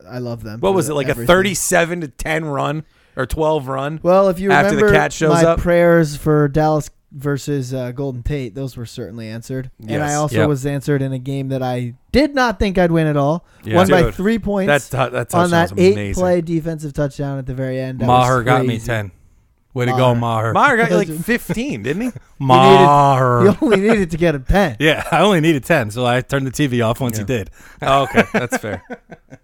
Speaker 4: I love them.
Speaker 1: What
Speaker 4: for
Speaker 1: was it like
Speaker 4: everything.
Speaker 1: a thirty-seven to ten run or twelve run?
Speaker 4: Well, if you
Speaker 1: after
Speaker 4: remember
Speaker 1: the cat shows
Speaker 4: my
Speaker 1: up,
Speaker 4: prayers for Dallas versus uh, Golden Tate, those were certainly answered. And I
Speaker 1: Yes.
Speaker 4: also
Speaker 3: Yep.
Speaker 4: was answered in a game that I did not think I'd win at all. Won by
Speaker 1: Dude,
Speaker 4: three points
Speaker 1: that tou- that touchdown
Speaker 4: on that
Speaker 1: was
Speaker 4: eight
Speaker 1: amazing.
Speaker 4: play defensive touchdown at the very end. That was
Speaker 3: Maher got me
Speaker 4: crazy.
Speaker 3: 10. Way to go, Maher.
Speaker 1: Meyer got like
Speaker 4: Imagine.
Speaker 1: fifteen, didn't he?
Speaker 3: Maher.
Speaker 4: You only needed to get a ten.
Speaker 3: yeah, I only needed 10, so I turned the TV off once he did.
Speaker 1: Oh, okay, that's fair.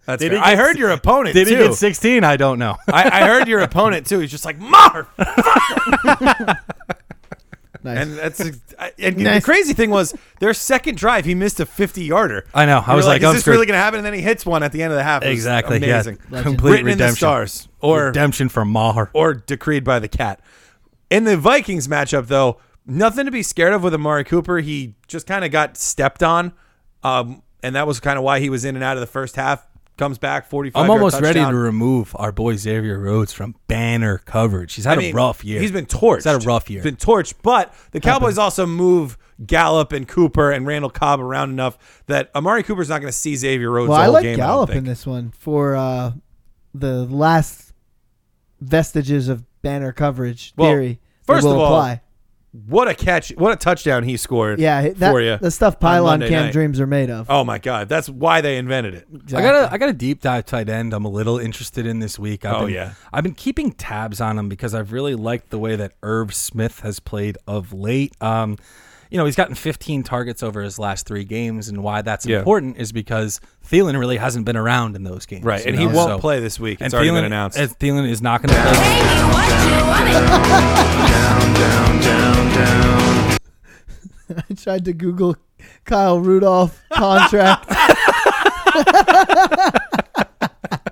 Speaker 1: That's fair.
Speaker 3: Did he
Speaker 1: I
Speaker 3: get-
Speaker 1: heard your opponent
Speaker 3: Did
Speaker 1: too.
Speaker 3: he get 16? I don't know.
Speaker 1: I, I heard your opponent too. He's just like Mar,
Speaker 4: Nice.
Speaker 1: and that's I- and
Speaker 4: Nice.
Speaker 1: the crazy thing was their second drive. He missed a fifty yarder.
Speaker 3: I know. I
Speaker 1: You
Speaker 3: was
Speaker 1: were
Speaker 3: like, I'm
Speaker 1: is this
Speaker 3: screwed.
Speaker 1: really gonna happen? And then he hits one at the end of the half. It was
Speaker 3: Exactly. yeah.
Speaker 1: amazing.
Speaker 3: Complete
Speaker 1: Written
Speaker 3: redemption.
Speaker 1: in the stars, or
Speaker 3: redemption for Maher.
Speaker 1: or decreed by the cat. In the Vikings matchup, though, nothing to be scared of with Amari Cooper. He just kind of got stepped on, um, and that was kind of why he was in and out of the first half. Comes back, forty-five.
Speaker 3: I'm
Speaker 1: yard
Speaker 3: almost ready to
Speaker 1: touchdown.
Speaker 3: remove our boy Xavier Rhodes from banner coverage. He's had
Speaker 1: I mean,
Speaker 3: a rough year.
Speaker 1: He's been torched.
Speaker 3: He's had a rough year.
Speaker 1: Been torched, but the Cowboys also move Gallup and Cooper and Randall Cobb around enough that Amari Cooper's not going to see Xavier Rhodes.
Speaker 4: well,
Speaker 1: the
Speaker 4: I
Speaker 1: whole
Speaker 4: like
Speaker 1: game,
Speaker 4: Gallup
Speaker 1: I don't
Speaker 4: in
Speaker 1: think.
Speaker 4: this one for uh, the last vestiges of banner coverage
Speaker 1: Well,
Speaker 4: theory. that
Speaker 1: first
Speaker 4: will
Speaker 1: of all,
Speaker 4: apply.
Speaker 1: What a catch! What a touchdown he scored!
Speaker 4: yeah, that,
Speaker 1: for you
Speaker 4: the stuff
Speaker 1: on
Speaker 4: pylon
Speaker 1: Monday
Speaker 4: cam
Speaker 1: night.
Speaker 4: dreams are made of.
Speaker 1: Oh my God, that's why they invented it.
Speaker 3: I got a I got a deep dive tight end. I'm a little interested in this week. I've
Speaker 1: Oh,
Speaker 3: been,
Speaker 1: yeah.
Speaker 3: I've been keeping tabs on him because I've really liked the way that Irv Smith has played of late. Um, you know, he's gotten 15 targets over his last three games, and why that's
Speaker 1: Yeah.
Speaker 3: important is because Thielen really hasn't been around in those games,
Speaker 1: Right,
Speaker 3: you
Speaker 1: and he
Speaker 3: know?
Speaker 1: won't
Speaker 3: So-
Speaker 1: play this week. It's
Speaker 3: and
Speaker 1: already
Speaker 3: Thielen,
Speaker 1: been announced.
Speaker 3: and Thielen is not going to play.
Speaker 6: Baby, what you want it?
Speaker 4: I tried to Google Kyle Rudolph contract.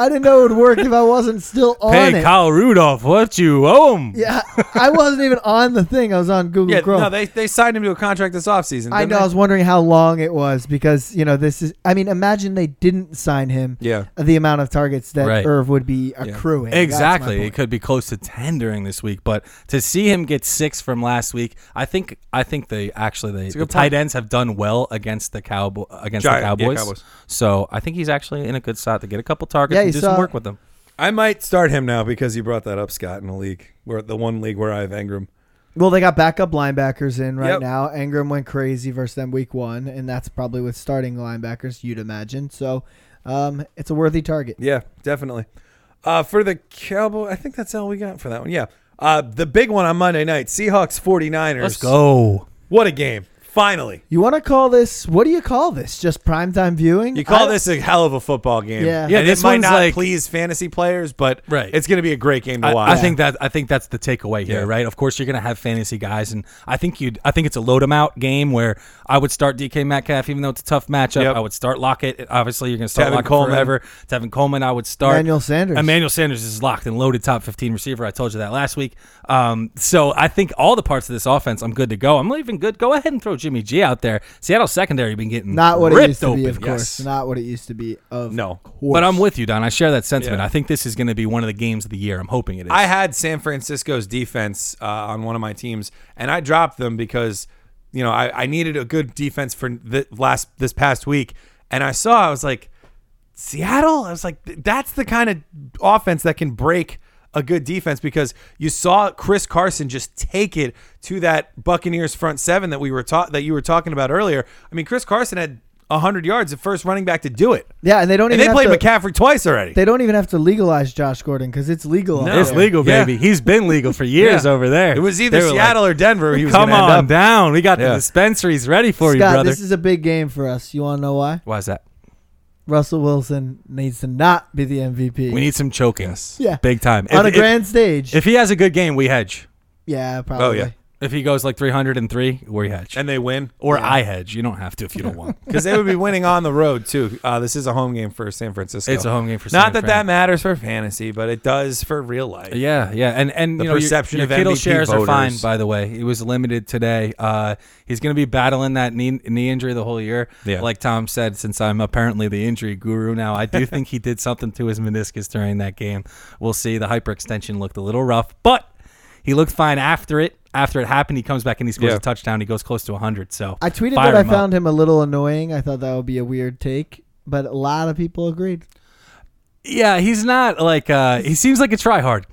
Speaker 4: I didn't know it would work if I wasn't still on
Speaker 3: Hey,
Speaker 4: it.
Speaker 3: Kyle Rudolph, what you owe him?
Speaker 4: yeah, I wasn't even on the thing. I was on Google
Speaker 1: Yeah,
Speaker 4: Chrome.
Speaker 1: no, they, they signed him to a contract this offseason.
Speaker 4: I
Speaker 1: didn't
Speaker 4: know. I
Speaker 1: they?
Speaker 4: was wondering how long it was because you know this is. I mean, imagine they didn't sign him.
Speaker 1: Yeah.
Speaker 4: The amount of targets that
Speaker 3: Right.
Speaker 4: Irv would be accruing. That's my
Speaker 3: Exactly. It
Speaker 4: point.
Speaker 3: could be close to 10 during this week, but to see him get 6 from last week, I think I think they actually they, the
Speaker 1: good
Speaker 3: tight
Speaker 1: point.
Speaker 3: ends have done well against the Cowboy against
Speaker 1: Giant-
Speaker 3: the
Speaker 1: yeah,
Speaker 3: Cowboys.
Speaker 1: Cowboys.
Speaker 3: So, I think he's actually in a good spot to get a couple targets
Speaker 4: Yeah,
Speaker 3: and
Speaker 4: you
Speaker 3: do some
Speaker 4: saw-
Speaker 3: work with them.
Speaker 1: I might start him now because you brought that up, Scott, in the league where the one league where I have Engram.
Speaker 4: Well, they got backup linebackers in right
Speaker 1: Yep.
Speaker 4: now. Ingram went crazy versus them week one, and that's probably with starting linebackers, you'd imagine. So um, it's a worthy target.
Speaker 1: Yeah, definitely. Uh, for the Cowboy, I think that's all we got for that one. Yeah. Uh, the big one on Monday night, Seahawks 49ers.
Speaker 3: Let's go.
Speaker 1: What a game. Finally.
Speaker 4: You want to call this, what do you call this? Just primetime viewing?
Speaker 1: You call
Speaker 4: I-
Speaker 1: this a hell of a football game. yeah
Speaker 4: Yeah. Yeah,
Speaker 1: and it
Speaker 3: this
Speaker 1: might
Speaker 3: one's
Speaker 1: not
Speaker 3: like-
Speaker 1: please fantasy players, but
Speaker 3: Right.
Speaker 1: it's going to be a great game to
Speaker 3: I,
Speaker 1: watch.
Speaker 3: I think that I think that's the takeaway here,
Speaker 1: Yeah.
Speaker 3: right? Of course, you're going to have fantasy guys, and I think you would I think it's a load 'em out game where I would start DK Metcalf, even though it's a tough matchup.
Speaker 1: Yep.
Speaker 3: I would start Lockett. Obviously, you're going to start
Speaker 1: Tevin
Speaker 3: Lockett
Speaker 1: Coleman.
Speaker 3: forever. Tevin Coleman, I would start
Speaker 4: Emmanuel Sanders.
Speaker 3: Emmanuel Sanders is locked and loaded top 15 receiver. I told you that last week. Um, so I think all the parts of this offense, I'm good to go. I'm not even good. Go ahead and throw Jimmy G out there, Seattle secondary been getting
Speaker 4: Not what
Speaker 3: ripped
Speaker 4: it used to
Speaker 3: open.
Speaker 4: be, of
Speaker 3: Yes.
Speaker 4: course. Not what it used to be, of
Speaker 3: No,
Speaker 4: course.
Speaker 3: but I'm with you, Don. I share that sentiment.
Speaker 1: Yeah.
Speaker 3: I think this is going to be one of the games of the year. I'm hoping it is.
Speaker 1: I had San Francisco's defense uh, on one of my teams, and I dropped them because you know I, I needed a good defense for the last this past week, and I saw I was like Seattle. I was like th- that's the kind of offense that can break a good defense because you saw Chris Carson just take it to that Buccaneers front seven that we were taught that you were talking about earlier. I mean, Chris Carson had. 100 yards, the first running back to do it.
Speaker 4: Yeah, and they don't
Speaker 1: And
Speaker 4: even
Speaker 1: they played
Speaker 4: have to,
Speaker 1: McCaffrey twice already.
Speaker 4: They don't even have to legalize Josh Gordon because it's legal.
Speaker 1: No.
Speaker 4: out
Speaker 3: it's
Speaker 4: there.
Speaker 3: legal,
Speaker 1: Yeah.
Speaker 3: baby. He's been legal for years
Speaker 1: Yeah.
Speaker 3: over there.
Speaker 1: It was either
Speaker 3: They were like,
Speaker 1: Seattle or Denver. He was
Speaker 3: Come
Speaker 1: gonna end
Speaker 3: on
Speaker 1: up.
Speaker 3: down. We got
Speaker 1: Yeah.
Speaker 3: the dispensaries ready for you,
Speaker 4: Scott,
Speaker 3: brother.
Speaker 4: this is a big game for us. You want to know why?
Speaker 3: Why is that?
Speaker 4: Russell Wilson needs to not be the MVP.
Speaker 3: We need some chokings.
Speaker 4: Yeah.
Speaker 3: Big time.
Speaker 4: on
Speaker 3: If-
Speaker 4: a grand stage.
Speaker 3: if, Oh, if he has a good game, we hedge.
Speaker 4: yeah, probably.
Speaker 1: Oh, yeah.
Speaker 3: If he goes like 303, we hedge.
Speaker 1: And they win.
Speaker 3: or I hedge. You don't have to if you don't want.
Speaker 1: because they would be winning on the road too. Uh, this is a home game for San Francisco.
Speaker 3: It's a home game for
Speaker 1: not
Speaker 3: San
Speaker 1: that
Speaker 3: Fran.
Speaker 1: that matters for fantasy, but it does for real life.
Speaker 3: Yeah, yeah, and and
Speaker 1: The
Speaker 3: you know, your-
Speaker 1: perception
Speaker 3: your,
Speaker 1: of
Speaker 3: Kittle
Speaker 1: MVP
Speaker 3: shares are
Speaker 1: voters.
Speaker 3: fine. By the way, it was limited today. Uh, he's going to be battling that knee knee injury the whole year.
Speaker 1: Yeah.
Speaker 3: like Tom said, since I'm apparently the injury guru now, I do think he did something to his meniscus during that game. We'll see. The hyperextension looked a little rough, but he looked fine after it. After it happened, he comes back and he scores
Speaker 1: Yeah.
Speaker 3: a touchdown. He goes close to 100. So
Speaker 4: I tweeted
Speaker 3: fire
Speaker 4: that I
Speaker 3: him up.
Speaker 4: found him a little annoying. I thought that would be a weird take, but a lot of people agreed.
Speaker 3: Yeah, he's not like uh, he seems like a tryhard.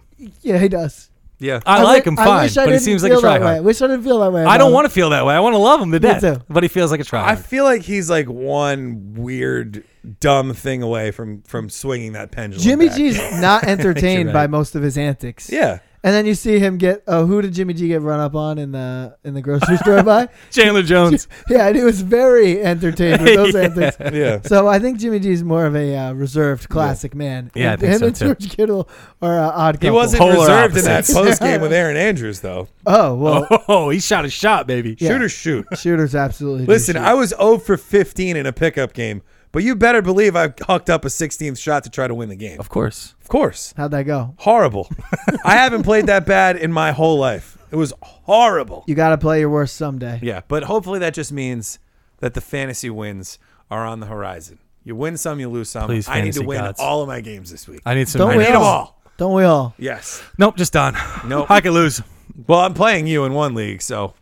Speaker 4: Yeah, he does.
Speaker 1: yeah.
Speaker 3: I, like
Speaker 4: wi-
Speaker 3: him
Speaker 4: I
Speaker 3: fine,
Speaker 4: wish I
Speaker 3: but he
Speaker 4: didn't
Speaker 3: seems like a
Speaker 4: feel that way. I
Speaker 3: tryhard.
Speaker 4: wish I didn't feel that way.
Speaker 3: I don't want to feel that way. I want to love him to death,
Speaker 4: too.
Speaker 3: but he feels like a tryhard.
Speaker 1: I feel like he's like one weird, dumb thing away from from swinging that pendulum.
Speaker 4: Jimmy
Speaker 1: back.
Speaker 4: G's not entertained
Speaker 3: right.
Speaker 4: by most of his antics.
Speaker 1: Yeah.
Speaker 4: And then you see him get. Oh, who did Jimmy G get run up on in the in the grocery store by?
Speaker 3: Chandler Jones.
Speaker 4: Yeah, and he was very entertained with those antics.
Speaker 1: Yeah.
Speaker 4: So I think Jimmy G is more of a uh, reserved classic man.
Speaker 3: Yeah, I
Speaker 4: And-
Speaker 3: think
Speaker 4: him
Speaker 3: so,
Speaker 4: and
Speaker 3: too.
Speaker 4: George Kittle are uh, odd couple.
Speaker 1: He wasn't
Speaker 3: Polar
Speaker 1: reserved
Speaker 3: opposites.
Speaker 1: in that post game with Aaron Andrews though.
Speaker 4: Oh well,
Speaker 3: Oh, he shot a shot, baby.
Speaker 4: Yeah.
Speaker 1: Shoot or shoot.
Speaker 4: shooters absolutely. do
Speaker 1: Listen,
Speaker 4: shoot.
Speaker 1: I was 0 for 15 in a pickup game, but you better believe I hucked up a 16th shot to try to win the game.
Speaker 3: Of course.
Speaker 1: Of course.
Speaker 4: how'd that go?
Speaker 1: Horrible. I haven't played that bad in my whole life. It was horrible.
Speaker 4: You got to play your worst someday.
Speaker 1: Yeah, but hopefully that just means that the fantasy wins are on the horizon. You win some, you lose some.
Speaker 3: Please,
Speaker 1: I need to
Speaker 3: fantasy
Speaker 1: win
Speaker 3: gods.
Speaker 1: all of my games this week.
Speaker 3: I need some.
Speaker 4: Don't
Speaker 3: I
Speaker 4: we
Speaker 3: need-
Speaker 1: Beat 'em
Speaker 4: all.
Speaker 1: all.
Speaker 4: Don't we all?
Speaker 1: Yes.
Speaker 3: Nope, just done.
Speaker 1: Nope.
Speaker 3: I could lose.
Speaker 1: Well, I'm playing you in one league, so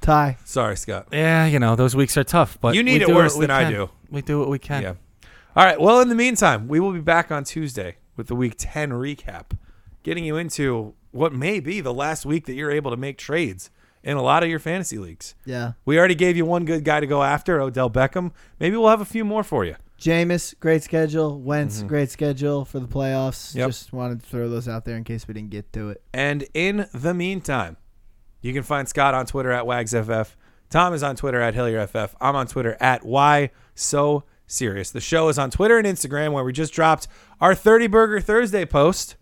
Speaker 4: Ty,
Speaker 1: sorry, Scott.
Speaker 3: Yeah, you know those weeks are tough, but
Speaker 1: You need
Speaker 3: we
Speaker 1: it
Speaker 3: do
Speaker 1: worse
Speaker 3: what we
Speaker 1: than I
Speaker 3: can.
Speaker 1: do.
Speaker 3: We do what we can.
Speaker 1: Yeah. All right. Well, in the meantime, we will be back on Tuesday with the Week 10 recap, getting you into what may be the last week that you're able to make trades in a lot of your fantasy leagues.
Speaker 4: yeah,
Speaker 1: We already gave you one good guy to go after, Odell Beckham. Maybe we'll have a few more for you.
Speaker 4: Jameis, great schedule. Wentz, great schedule for the playoffs.
Speaker 1: Mm-hmm. Yep.
Speaker 4: Just wanted to throw those out there in case we didn't get to it.
Speaker 1: And in the meantime, you can find Scott on Twitter at WagsFF. Tom is on Twitter at HillierFF. I'm on Twitter at Why So Serious. The show is on Twitter and Instagram where we just dropped our 30 Burger Thursday post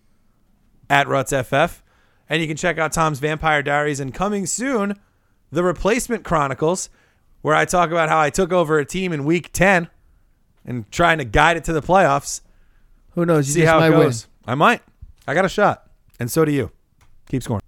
Speaker 1: at RutsFF. And you can check out Tom's Vampire Diaries and coming soon, The Replacement Chronicles, where I talk about how I took over a team in week 10 and trying to guide it to the playoffs.
Speaker 4: Who knows? You
Speaker 1: See
Speaker 4: just
Speaker 1: how
Speaker 4: might
Speaker 1: it
Speaker 4: win.
Speaker 1: goes. I might. I got a shot. And so do you. Keep scoring.